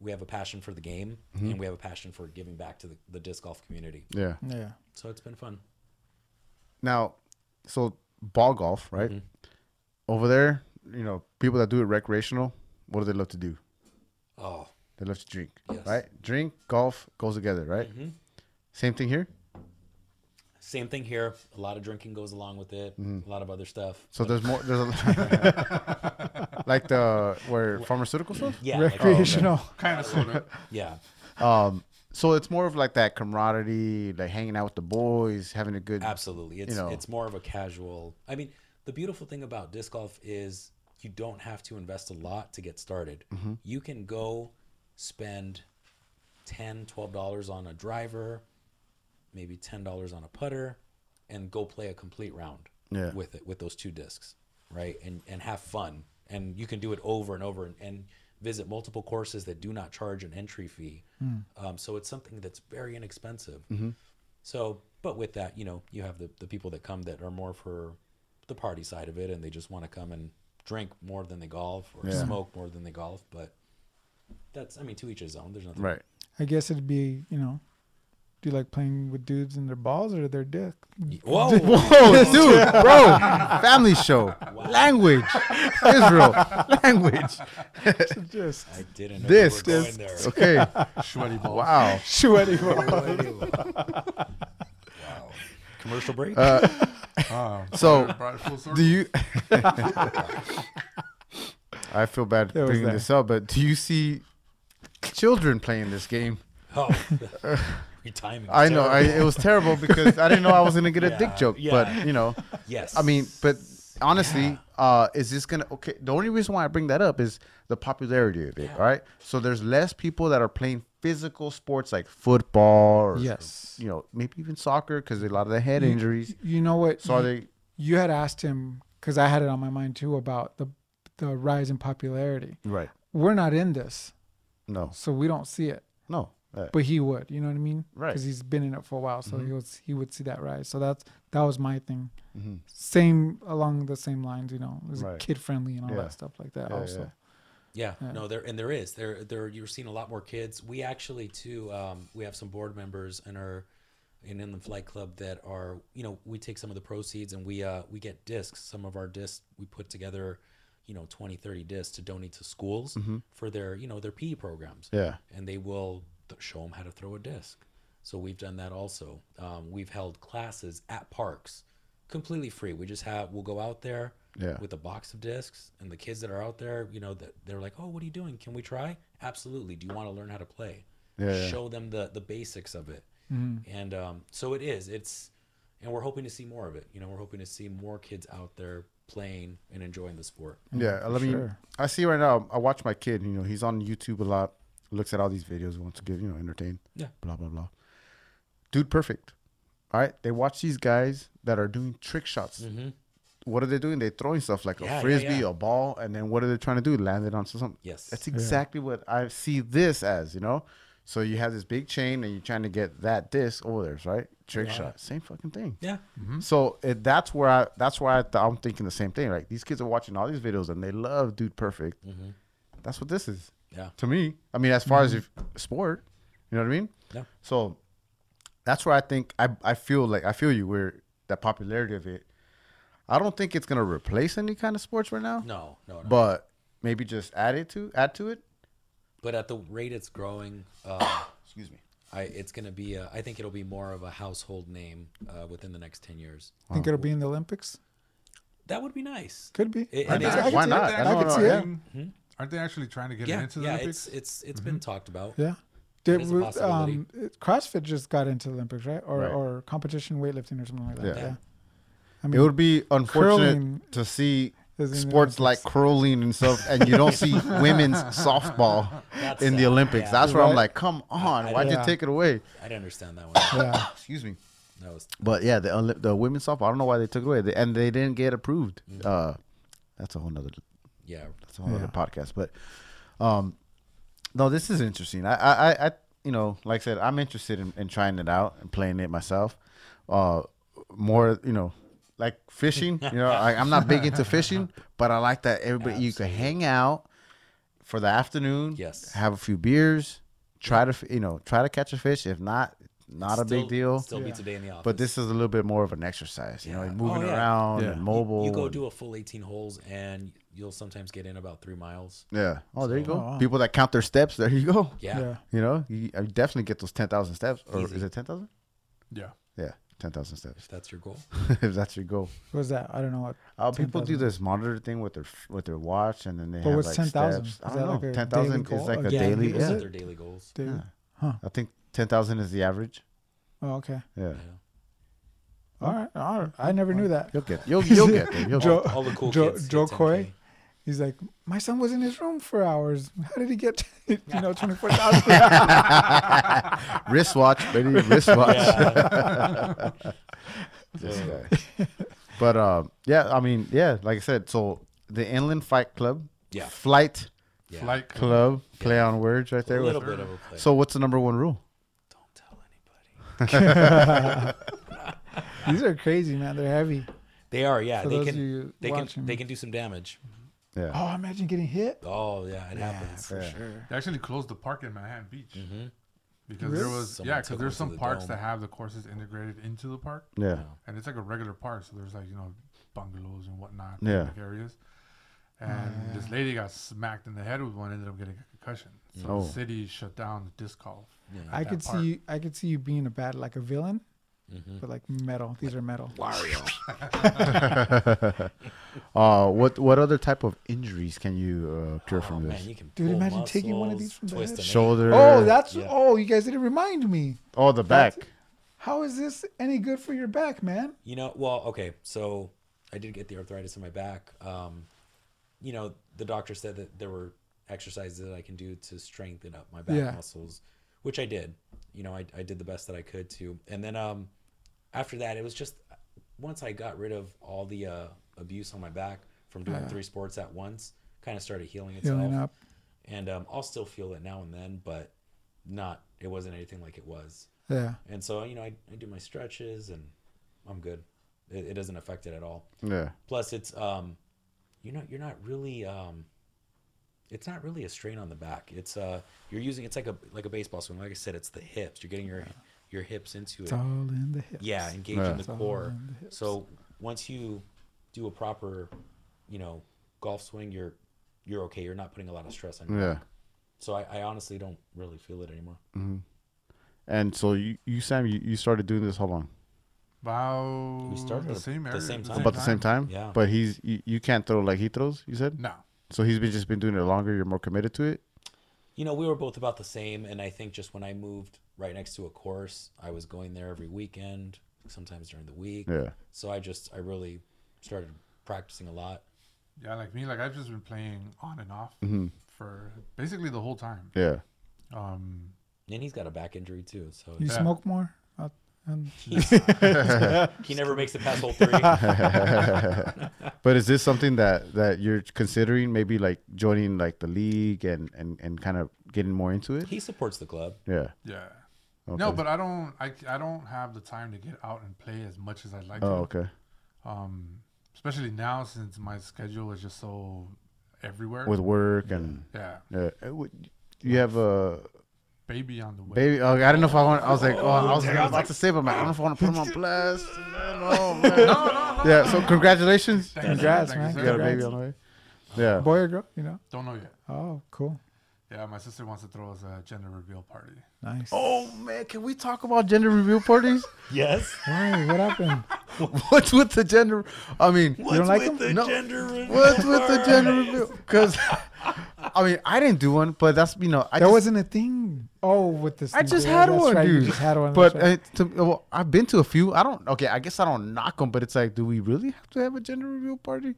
C: we have a passion for the game and we have a passion for giving back to the, the disc golf community.
A: Yeah.
B: Yeah.
C: So it's been fun.
A: Now, so ball golf, right?
C: Mm-hmm.
A: Over there, you know, people that do it recreational, what do they love to do?
C: Oh,
A: They love to drink,
C: Yes. Mm-hmm.
A: right? Drink, golf goes together, right? Same thing here.
C: same thing here. A lot of drinking goes along with it. A lot of other stuff.
A: So there's more. There's a, like the where pharmaceutical stuff.
C: Yeah. like- oh,
B: Recreational.
D: Kind of sort of.
C: yeah.
A: So it's more of like that camaraderie, like hanging out with the boys, having a good.
C: Absolutely. It's
A: know.
C: it's more of a casual. I mean, the beautiful thing about disc golf is you don't have to invest a lot to get started.
A: Mm-hmm.
C: You can go spend 10 $12 on a driver, maybe $10 on a putter and go play a complete round
A: Yeah.
C: with it with those two discs, right? And and have fun. And you can do it over and over and, and visit multiple courses that do not charge an entry fee.
A: Hmm.
C: Um, so it's something that's very inexpensive.
A: Mm-hmm.
C: So, but with that, you know, you have the, the people that come that are more for the party side of it and they just want to come and drink more than they golf or
A: Yeah.
C: smoke more than they golf. But that's, I mean, to each his own. There's nothing.
A: Right.
B: I guess it'd be, you know, do you like playing with dudes and their balls or their dick?
C: Whoa.
A: Whoa, dude, bro, family show, language, Israel, language.
B: Just
C: I didn't know
A: This
C: we were going
A: is-
C: there.
A: Okay.
D: Sweaty balls.
A: Wow.
B: sweaty.
C: Wow. Commercial break?
A: Uh,
C: Um,
D: Wow.
A: So
D: Brought it full circle.
A: Do you? I feel bad
B: There was
A: bringing
B: that.
A: this up, but do you see children playing this game?
C: oh. Your timing.
A: I know I, it was terrible because I didn't know I was gonna get a dick
C: Yeah,
A: joke,
C: yeah.
A: but you know,
C: yes.
A: I mean, but honestly, uh, is this gonna okay? The only reason why I bring that up is the popularity of it. All right, so there's less people that are playing physical sports like football, or,
B: Yes. Mm.
A: you know, maybe even soccer because a lot of the head injuries.
B: You know what?
A: So are
B: you,
A: they?
B: you had asked him because I had it on my mind too about the the rise in popularity.
A: Right.
B: We're not in this,
A: No.
B: so we don't see it.
A: No. Uh,
B: But he would, you know what I mean?
A: Right. Mm-hmm.
B: Because he's been in it for a while, so he was he would see that rise. So that's that was my thing. Same along the same lines, you know. It was
A: Mm-hmm. Right.
B: kid friendly and all
A: Yeah.
B: that stuff like that.
A: Yeah,
B: also,
A: yeah.
C: Yeah, no, there and there is there there you're seeing a lot more kids. We actually too um, we have some board members in our in in the flight club that are you know we take some of the proceeds and we uh we get discs. Some of our discs we put together, you know 20, 30 discs to donate to schools for their you know their PE programs.
A: Yeah.
C: and they will th- show them how to throw a disc. So we've done that also. Um, we've held classes at parks, completely free. We just have we'll go out there
A: Yeah.
C: with a box of discs, and the kids that are out there, you know, that they're like, "Oh, what are you doing? Can we try?" Absolutely. Do you want to learn how to play?
A: Yeah, yeah.
C: Show them the the basics of it. And um, so it is. It's and we're hoping to see more of it. You know, we're hoping to see more kids out there playing and enjoying the sport.
A: Yeah, I mean,
B: sure.
A: I see right now. I watch my kid. You know, he's on YouTube a lot. Looks at all these videos. Wants to get you know entertained.
C: Yeah.
A: Blah blah blah. Dude, perfect. All right, they watch these guys that are doing trick shots what are they doing? They're throwing stuff like
C: Mm-hmm. Yeah, yeah,
A: a frisbee,
C: yeah.
A: a ball, and then what are they trying to do? Land it on something.
C: Yes.
A: That's exactly what I see this as, you know? So you have this big chain and you're trying to get that disc over there, right? Trick shot. Same fucking thing.
C: Yeah.
A: So it, that's where I that's where I th- I'm thinking the same thing. Like these kids are watching all these videos and they love Dude Perfect. That's what this is
C: Mm-hmm. Yeah. Mm-hmm.
A: to me. I mean, as far as if sport, you know what I mean?
C: Yeah.
A: So that's where I think I, I feel like I feel you where that popularity of it. I don't think it's gonna replace any kind of sports right now.
C: No, no, no. But,
A: But maybe just add it to add to it.
C: at the rate it's growing, uh,
A: Excuse me.
C: I it's gonna be. A, I think it'll be more of a household name uh, within the next ten years.
B: Think it'll be in the Olympics?
C: That would be nice.
B: Could be.
C: It-
D: Aren't
C: and
D: they
C: it's-
D: actually-
A: Why not?
D: aren't they
A: I don't
D: actually
B: know, yeah.
D: trying- Aren't they actually trying to get
C: Hmm? yeah,
D: into the
C: yeah.
D: Olympics?
C: It's it's it's been talked about.
B: Yeah. um,
C: It is a possibility.
B: it- CrossFit just got into the Olympics, right? Or
A: Right.
B: or competition weightlifting or something like that.
A: Yeah.
B: Yeah. I
A: It
B: mean,
A: would be unfortunate
B: Curling
A: to see
B: is in the
A: sports like
B: Olympics.
A: curling and stuff, and you don't see women's softball
C: That's
A: in the
C: sad.
A: Olympics.
C: Yeah.
A: That's where I'm
B: Right.
A: like, come on,
C: I-
A: why'd you
B: yeah.
A: take it away?
C: I didn't understand that one.
B: yeah.
A: Excuse me.
C: That was
A: But yeah, the Olymp- the women's softball. I don't know why they took it away, they, and they didn't get approved.
C: Mm.
A: Uh, that's a whole nother
C: yeah.
A: that's a whole other podcast. But um, no, this is interesting. I, I, I, I you know, like I said, I'm interested in, in trying it out and playing it myself. Uh, more, you know, like fishing. You know, I, I'm not big into fishing, but I like that everybody you can hang out for the afternoon.
C: Yes.
A: have a few beers. Try to, f- you know, try to catch a fish. If not, not a big
C: Still-
A: deal.
C: Still beats a day in the office.
A: But this is a little bit more of an exercise, you know,
C: Yeah.
A: like moving
C: Oh, yeah.
A: around
D: Yeah.
A: and
D: You-
C: You-
A: mobile.
C: You, go
A: and-
C: do a full 18 holes, and you'll sometimes get in about three miles.
A: yeah. Oh, there you go.
B: Oh, wow.
A: People that count their steps, there you go.
C: Yeah.
B: Yeah.
A: You know, you, I definitely get those ten thousand steps, or
C: Easy.
A: is it ten thousand?
D: yeah.
A: Yeah, ten thousand steps.
C: If that's your goal.
A: if that's your goal,
B: What was that? I don't know what.
A: uh, people do
B: 10,000.
A: this monitor thing with their f- with their watch, and then they
B: But
A: have
B: what's
A: like
B: 10,000?
A: steps. I don't
B: Is that like
A: know.
B: a
A: ten
B: daily
A: thousand
B: goal?
A: is like
B: Like,
A: a
B: yeah,
A: daily.
C: people
A: Yeah.
C: set their daily goals.
B: Dude.
A: Yeah.
B: Huh.
A: I think ten thousand is the average.
B: Oh, okay.
A: Yeah,
C: Yeah.
B: All right. All right. I never knew that.
A: you'll get you'll you'll get there. You'll
B: Joe,
A: get
C: All the cool
B: Joe,
C: kids.
B: Joe
C: hit 10K.
B: Coy. He's like, my son was in his room for hours. How did he get, you know, twenty four thousand?
A: there. wristwatch, baby, wristwatch. This guy. but um, yeah, I mean, yeah, like I said, so the Inland Fight Club,
C: Yeah.
A: Flight
C: Yeah.
D: Flight club.
A: Club, play on words right there.
C: a little
A: With,
C: bit of a play.
A: so what's the number one rule?
C: Don't tell anybody.
B: These are crazy, man. They're heavy.
C: They are, yeah.
B: For
C: Uh, they
B: those
C: can
B: of you
C: they
B: watching.
C: can they can do some damage.
A: Yeah.
B: Oh, imagine getting hit.
C: Oh yeah, it happens.
A: Yeah.
D: They actually closed the park in Manhattan Beach because there
B: Really?
D: was
C: Mm-hmm. Someone
D: yeah,
C: took
D: because
C: them
D: there's
C: to
D: some
C: the
D: parks
C: dome.
D: that have the courses integrated into the park,
A: Yeah.
D: and it's like a regular park. So there's like you know bungalows and whatnot,
A: Yeah.
D: public areas.
C: Ah.
D: And this lady got smacked in the head with one, ended up getting a concussion. So
A: Oh.
D: the city shut down the disc golf.
B: I
D: that
B: could
D: part.
B: see, I could see you being a bad, like a villain, but like metal. These are metal.
C: Mm-hmm. Wario.
A: Uh, what what other type of injuries can you uh, cure
C: Oh,
A: from this?
C: man, you can
B: Dude,
C: pull
B: imagine taking one of
C: muscles,
B: these from the
C: twist
B: head.
C: an ankle.
A: Shoulder.
B: Oh, that's
C: Yeah.
B: oh, you guys didn't remind me.
A: oh the back.
B: that's- How is this any good for your back, man?
C: You know, well, okay, so I did get the arthritis in my back. Um, you know, the doctor said that there were exercises that I can do to strengthen up my back
B: Yeah.
C: muscles, which I did. You know, I, I did the best that I could to. And then um, after that, it was just once I got rid of all the uh, abuse on my back from doing three sports at once, kind of started healing itself.
B: Healing up.
C: And um, I'll still feel it now and then, but not, it wasn't anything like it was.
B: Yeah.
C: And so, you know, I, I do my stretches and I'm good. It, it doesn't affect it at all.
A: Yeah.
C: Plus it's, um, you know, you're not really, um, it's not really a strain on the back. It's, uh, you're using, it's like a, like a baseball swing. Like I said, it's the hips. You're getting your, your hips into it.
B: It's all in the hips.
C: Yeah. Engaging
A: Yeah.
C: the
B: all
C: core.
B: in the hips.
C: So once you do a proper, you know, golf swing, you're, you're okay. You're not putting a lot of stress on your
A: Yeah.
C: back. So I, I honestly don't really feel it anymore.
A: And so you, you Sam, you, you started doing this how long?
D: About
C: We started
D: the
C: at
D: same
C: the
D: area,
C: same time.
A: About the same time.
C: Yeah.
A: But he's you, you can't throw like he throws. You said.
D: No,
A: So he's been just been doing it longer. You're more committed to it.
C: you know, we were both about the same, and I think just when I moved right next to a course, I was going there every weekend, sometimes during the week.
A: Yeah.
C: So I just, I really started practicing a lot.
D: yeah, like me, like I've just been playing on and off
A: Mm-hmm.
D: for basically the whole time.
A: Yeah.
D: Um,
C: And he's got a back injury too, so
B: You
D: Yeah.
B: smoke more um, out on
C: He never makes it past hole three.
A: But is this something that that you're considering? Maybe like joining like the league and and and kind of getting more into it.
C: he supports the club.
A: Yeah.
D: Yeah. No,
A: Okay.
D: but I don't. I, I don't have the time to get out and play as much as I'd like.
A: Oh,
D: to.
A: okay.
D: Um, especially now since my schedule is just so everywhere.
A: With work and
D: yeah,
A: yeah. Uh, would- You have a
D: baby on the way.
A: baby. Oh, I don't know if I want. I was like, oh, I was, I was about to say, but I'm like, I don't know if I want to put him on blast. No, man.
D: No, no, no.
A: Yeah. So congratulations.
D: Thank you,
B: Congrats,
D: thank you,
B: man.
D: sir.
A: You got a baby
B: Congrats.
A: on the way. Yeah.
B: Boy or girl, you know?
D: Don't know yet.
B: Oh, cool.
D: Yeah, my sister wants to throw us a gender reveal party.
B: Nice.
A: Oh man, can we talk about gender reveal parties?
E: Yes.
B: Why? What happened?
A: What's with the gender? I mean,
E: What's
B: don't like
E: with
B: him?
E: the
A: No.
E: gender reveal?
A: What's with the gender
E: parties?
A: reveal? Because I mean, I didn't do one, but that's you know, I
B: that
A: just,
B: wasn't a thing. Oh, with this.
A: I
B: thing.
A: just
B: Yeah,
A: had
B: that's
A: one,
B: right, you
A: dude.
B: just had one.
A: But
B: that's right.
A: uh, to, well, I've been to a few. I don't. Okay, I guess I don't knock them, but it's like, do we really have to have a gender reveal party?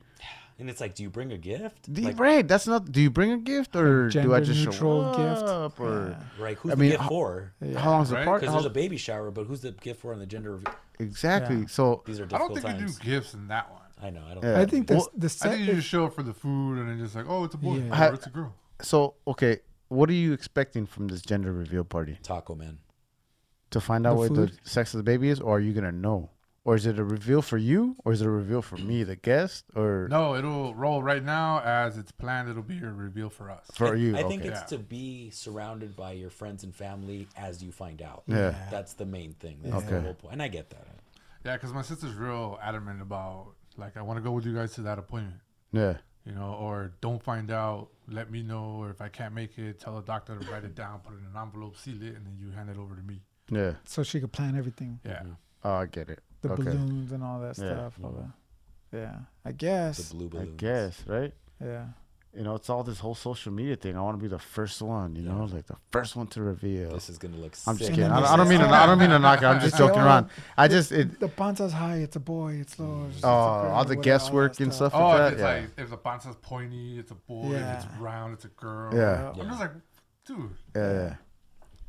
C: And it's like, do you bring a gift?
A: Do you-
C: Like,
A: right. That's not. Do you bring a gift or do I
B: Gender
A: just show
B: neutral gift.
A: up? Or
C: right, Who's
A: I
C: the
A: mean,
C: gift
A: I-
C: for?
A: how long's the
D: Right?
A: party?
C: Because there's
A: How,
C: a baby shower, but who's the gift for on the gender? reveal?
A: exactly.
B: Yeah.
A: So
C: These are
D: I don't
C: difficult
D: think you do
C: times.
D: gifts in that one.
C: I know. I don't.
A: Yeah.
B: I think the,
A: Well,
B: the
D: I think
B: set.
D: you just show up for the food and then just like, oh, it's a boy
B: Yeah.
A: I-
D: or it's a girl.
A: so okay. What are you expecting from this gender reveal party?
C: Taco man.
A: To find out
B: The
A: what
B: food?
A: the sex of the baby is, or are you gonna know? Or is it a reveal for you, or is it a reveal for me, the guest, or
D: No, it'll roll right now as it's planned. It'll be a reveal for us.
A: for you?
C: I think
A: okay.
C: it's to be surrounded by your friends and family as you find out.
A: Yeah.
C: That's the main thing. That's the
A: Okay.
C: whole point. And I get that.
D: Yeah, because my sister's real adamant about like I want to go with you guys to that appointment,
A: yeah.
D: you know, or don't find out, let me know, or if I can't make it, tell the doctor to write it down, put it in an envelope, seal it, and then you hand it over to me.
A: Yeah.
B: So she could plan everything.
D: Yeah,
A: Oh, I get it.
B: The
A: okay.
B: balloons and all that
A: Yeah.
B: stuff. all
C: Mhm.
B: that. Yeah. I
C: The
B: guess.
C: blue
A: I
C: balloon.
A: guess, right?
B: Yeah.
A: You know, it's all this whole social media thing. I want to be the first one, you know, like the first one to reveal.
C: This is gonna look.
A: I'm just
C: sick.
A: kidding.
B: And
A: I
B: then
A: don't, I don't
B: they
A: mean to,
B: say,
A: I don't mean to knock. it. I'm just
B: They say,
A: joking
B: "Oh,
A: around. I just it.
B: The panza's high. It's a boy. It's low. it's just a
A: Oh,
B: girl,"
A: all the
B: whatever,
A: guesswork
B: that
A: and stuff
D: Oh,
A: like
D: if
A: that.
D: it's
A: Yeah.
D: like if the panza's pointy, it's a boy. If it's
B: Yeah.
D: round, it's a girl.
A: Yeah.
D: I'm just like, dude.
A: yeah, yeah. uh,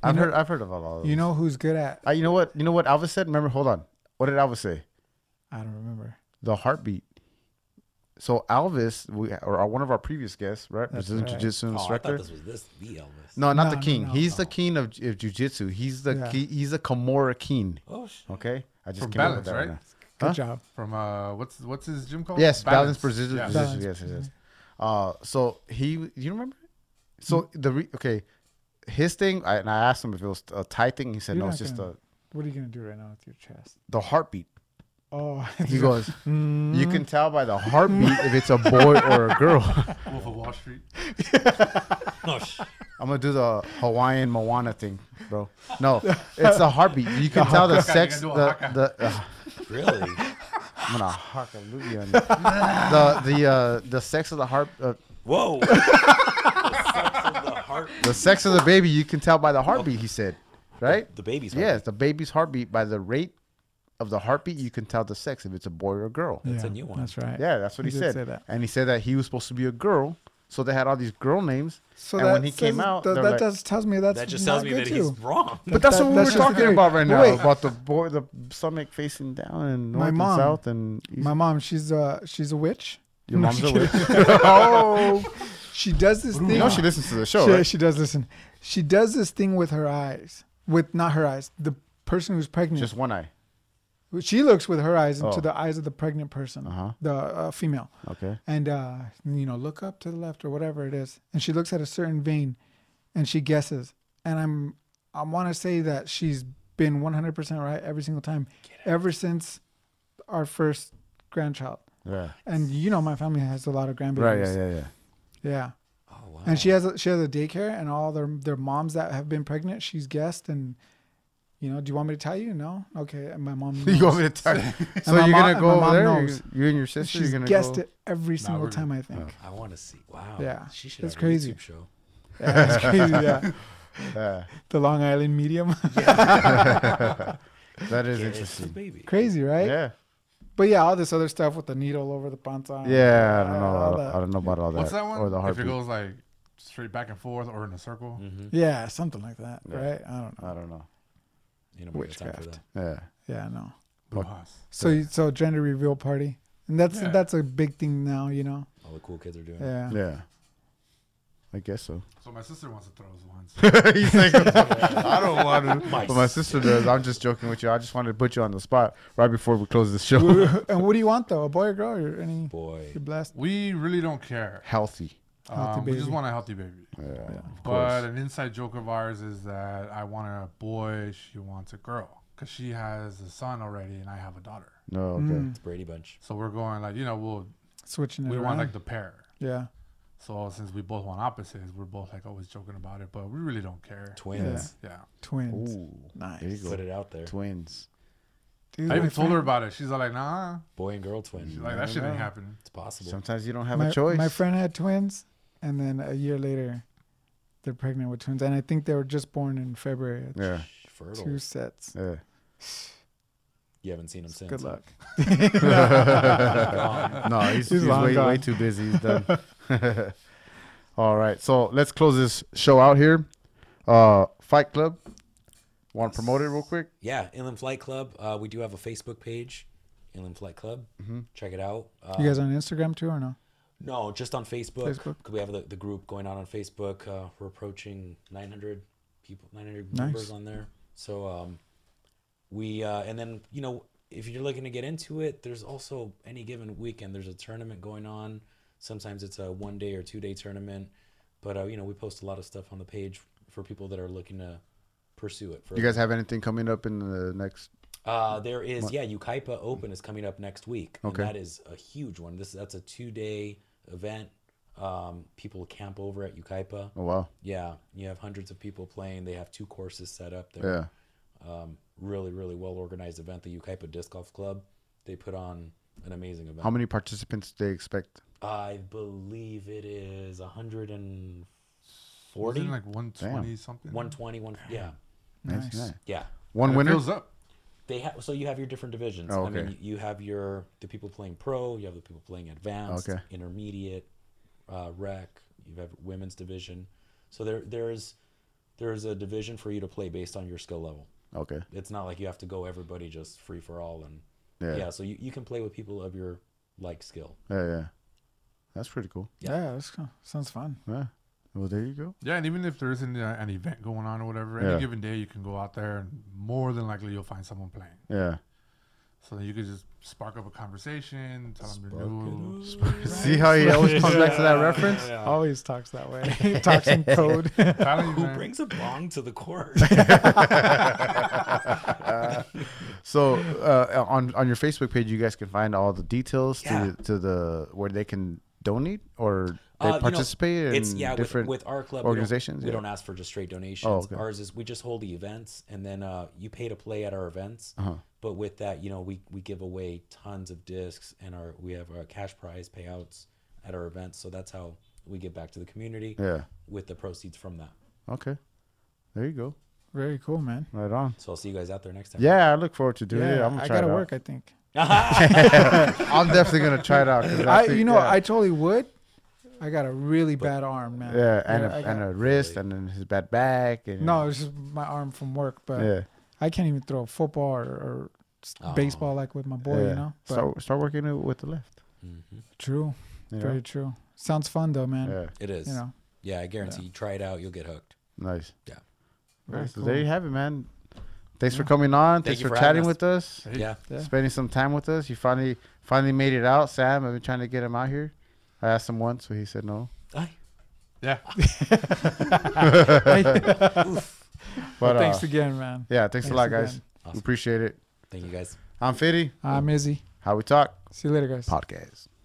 A: I've
B: know-
A: heard. I've heard of all of those.
B: You know who's good at?
A: Uh, you know what? You know what Alvis said. Remember? Hold on. What did Alvis say?
B: I don't remember.
A: The heartbeat. So Alvis, we or one of our previous guests, right?
B: That's
A: Brazilian
B: right.
A: Jiu-Jitsu
C: Oh, I
A: instructor.
C: thought this was this the Elvis.
A: No, not
B: No,
A: the
B: no,
A: king.
B: no.
A: He's the king of, of jiu-jitsu. He's the
B: Yeah.
A: ki- he's the Kimura king.
C: Oh shit.
A: Okay, I just
D: From
A: came up with
D: Balance,
A: that right
D: right?
A: now.
B: Good
A: Huh?
B: job.
D: From uh, what's what's his gym called?
A: Yes, balance, position.
D: Yeah.
A: position, yes,
B: Balance
A: yes, yes. Uh, so he, you remember? So the re, okay, his thing, I, and I asked him if it was a Thai thing. He said
B: You're
A: no, it's
B: not
A: just
B: gonna-
A: a,
B: What are you gonna do right now with your chest?
A: the heartbeat.
B: Oh,
A: He goes, you
D: Hmm.
A: can tell by the heartbeat if it's a boy or a girl.
D: Wolf of Wall Street.
C: Oh shit.
A: I'm gonna do the Hawaiian Moana thing, bro. No, it's the heartbeat. You can tell the
D: haka. You
A: sex,
D: can do
A: the
D: a
A: the.
D: haka.
A: uh,
C: Really?
A: I'm gonna hawk a loogie on you. the the uh, the sex of the heart uh,
C: Whoa. the sex of the heart.
A: the sex of the baby you can tell by the heartbeat he said right
C: The baby's.
A: yes the baby's heartbeat by the rate of the heartbeat you can tell the sex if it's a boy or a girl yeah,
C: That's a new one.
B: That's right.
A: that's what he,
B: He did
A: said
B: say that.
A: and he said that he was supposed to be a girl so they had all these girl names
B: So
A: and
B: that
A: when he came
B: says-
A: out
B: that,
A: they're
B: that
A: like-
B: just tells me that's
C: That just tells
B: not
C: me
B: good
C: that
B: too.
C: he's wrong.
A: but that's
B: that-
A: what we
B: that's
A: were
B: just
A: talking
B: theory.
A: about right
B: But
A: now
B: wait.
A: about the boy the stomach facing down and north
B: My mom.
A: and south and east.
B: My mom, she's a she's a witch.
A: your
B: No,
A: mom's
B: she
A: a
B: kidding.
A: witch oh
B: She does this thing.
A: you know she listens to the show
B: she,
A: right?
B: she does listen. She does this thing with her eyes, with not her eyes. The person who's pregnant.
A: just one eye
B: she looks with her eyes into
A: Oh.
B: the eyes of the pregnant person,
A: Uh-huh.
B: the uh, female,
A: okay
B: and uh, you know, look up to the left or whatever it is, and she looks at a certain vein, and she guesses. And I'm I want to say that she's been 100% right every single time, ever since our first grandchild.
A: yeah
B: And you know, my family has a lot of grandbabies.
A: right yeah yeah yeah
B: Yeah.
C: Oh wow.
B: And she has a, she has a daycare, and all their their moms that have been pregnant, she's guessed. And you know, do you want me to tell you? No, okay. And my mom,
A: You
B: knows.
A: want me to tell you? So
B: my
A: you're
B: mom-
A: gonna
B: and
A: go
B: my
A: over
B: mom
A: there? You're
B: knows.
A: gonna- You and your sister.
B: she's
A: you're gonna
B: guessed
A: go-
B: it every single
D: we're-
B: time. I think
C: I want to see. Wow.
B: Yeah.
C: She should
B: That's
C: have
B: crazy.
C: a YouTube show.
B: yeah, it's crazy, yeah.
A: Yeah,
B: the Long Island medium,
A: that is
C: It's the
A: interesting.
C: baby.
B: crazy, right?
A: Yeah,
B: But yeah, all this other stuff with the needle over the panza.
A: yeah. I don't know.
B: all
A: About,
B: that.
A: I don't know about all that.
D: What's that one?
A: Or the
D: if it
A: heartbeat.
D: goes like straight back and forth or in a circle.
C: Mm-hmm.
B: Yeah, something like that,
A: Yeah.
B: right? I don't know.
A: I don't know.
C: You know, we got time for
B: Witchcraft.
C: that.
A: Yeah.
B: Yeah, no.
D: Brujas.
B: So you, so gender reveal party, and that's
D: Yeah.
B: that's a big thing now. You know.
C: All the cool kids are doing. it.
B: Yeah.
A: Yeah. I guess so.
D: So my sister wants to throw us once.
A: He's like, I don't want to.
C: My
A: but my sister does. I'm just joking with you. I just wanted to put you on the spot right before we close this show.
B: and what do you want though? A boy or girl or any?
C: Boy,
B: You're blessed.
D: we really don't care.
A: Healthy.
B: Healthy
D: Um, we just
B: baby.
D: want a healthy baby.
A: Yeah, of
D: But
A: course.
D: an inside joke of ours is that I want a boy, she wants a girl, because she has a son already, and I have a daughter.
A: No, okay.
B: Mm,
C: it's Brady Bunch.
D: So we're going like, you know, we'll
B: switching it
D: we
B: around.
D: want like the pair.
B: yeah.
D: So since we both want opposites, we're both like always joking about it, but we really don't care.
C: Twins.
D: Yeah.
B: Twins.
A: Ooh,
B: Nice.
A: there you go.
C: Put it out there.
A: Mm. Twins.
B: Dude,
D: I
B: my
D: even told
B: friend-
D: her about it. She's all like, nah.
C: Boy and girl twin.
D: She's like, that shit ain't happening.
C: It's possible.
A: Sometimes you don't have
B: my,
A: a choice.
B: My friend had twins, and then a year later, they're pregnant with twins, and I think they were just born in February. It's
A: Yeah.
C: Fertile.
B: Two sets.
A: Yeah.
C: You haven't seen him since.
B: Good luck.
A: Uh, no, he's,
B: He's
A: he's
B: long
A: way,
B: gone.
A: way too busy. He's done. All right, so let's close this show out here. Uh, Fight Club. Want to promote it real quick?
C: Yeah, Inland Flight Club. Uh, we do have a Facebook page, Inland Flight Club. Check it out. Uh,
B: Mm-hmm. You guys on Instagram too or no?
C: No, just on Facebook.
B: Facebook?
C: 'cause We have the, the group going on on Facebook. Uh, we're approaching 900 people, 900
B: Nice.
C: members on there. So um, we uh, and then you know if you're looking to get into it, there's also any given weekend there's a tournament going on. Sometimes it's a one day or two day tournament, but uh, you know we post a lot of stuff on the page for people that are looking to pursue it. For
A: You guys have anything coming up in the next?
C: uh, there is, yeah, Ukaipa Open is coming up next week.
A: Okay.
C: And that is a huge one. This that's a two day event. Um, people camp over at Ukaipa.
A: Oh wow,
C: Yeah, you have hundreds of people playing. They have two courses set up there.
A: yeah,
C: Um, really, really well organized event. The Ukaipa Disc Golf Club. They put on an amazing event.
A: how many participants do they expect?
C: I believe it is 140,
D: Wasn't it
C: 120,
D: like 120 something.
C: 1, yeah,
A: Nice.
B: Nice.
A: nice.
C: yeah.
A: One
D: And it
A: winner.
D: fills up.
C: they have so you have your different divisions.
A: Oh,
C: I
A: okay.
C: mean, you have your the people playing pro, you have the people playing advanced,
A: Okay.
C: intermediate, uh, rec. You have women's division. So there there's there's a division for you to play based on your skill level.
A: Okay.
C: It's not like you have to go everybody just free for all and
A: Yeah.
C: yeah.
A: yeah,
C: so you, you can play with people of your like skill.
A: yeah, That's pretty cool.
C: Yeah.
B: Yeah, that's cool. sounds fun.
A: Yeah. Well, there you go.
D: Yeah, and even if there isn't uh, an event going on or whatever,
A: Yeah.
D: any given day you can go out there and more than likely you'll find someone playing.
A: Yeah.
D: So then you could just spark up a conversation, tell them
C: Spark
D: you're new.
A: See how he always comes back to that reference?
B: Always talks that way. he talks in code.
D: Tyler, you
E: Who
D: man.
E: brings a bong to the court?
A: So uh, on on your Facebook page, you guys can find all the details
C: Yeah.
A: to the, to the where they can donate or they
C: Uh, you know,
A: participate in
C: it's yeah
A: different.
C: with, with our club
A: organizations,
C: We don't,
A: yeah.
C: we don't ask for just straight donations.
A: Oh, okay.
C: Ours is we just hold the events, and then uh, you pay to play at our events.
A: Uh-huh.
C: But with that, you know, we we give away tons of discs, and our we have our cash prize payouts at our events. So that's how we give back to the community
A: yeah.
C: with the proceeds from that.
A: Okay. There you go.
B: Very cool, man.
A: Right on.
C: So I'll see you guys out there next time.
A: Yeah, I look forward to doing it.
B: Yeah,
A: I'm gonna
B: I
A: try
B: gotta
A: it out.
B: work. I think.
A: I'm definitely gonna try it out. 'cause
B: I,
A: think-
B: you know,
A: yeah.
B: I totally would. I got a really bad arm, man.
A: yeah, and a,
B: I got-
A: and a wrist, and then his bad back, and
B: no, it's just my arm from work, but
A: yeah,
B: I can't even throw football or, or s-
C: Oh.
B: baseball like with my boy,
A: yeah.
B: you know. But
A: start start working it with the left.
C: Mhm.
B: true,
A: you know?
B: very true. Sounds fun though, man.
A: Yeah,
C: It is.
B: You know,
C: Yeah, I guarantee you try it out, you'll get hooked.
A: nice.
C: Yeah.
B: Very
A: so there
B: cool.
A: you have it, man. Thanks for coming on. Thanks
C: you
A: for,
C: for having
A: chatting
C: us.
A: with us.
C: Yeah.
B: Yeah.
A: spending some time with us. You finally finally made it out, Sam. I've been trying to get him out here. I asked him once, so he said no.
C: Aye.
D: Yeah.
A: But
B: Well, thanks
A: uh,
B: again, man.
A: yeah, thanks, a lot,
B: Thanks
A: guys.
B: again.
A: We appreciate it.
C: Thank you guys.
A: I'm Fitty.
B: I'm Izzy.
A: How we talk
B: Ah, See you later, guys.
A: podcast.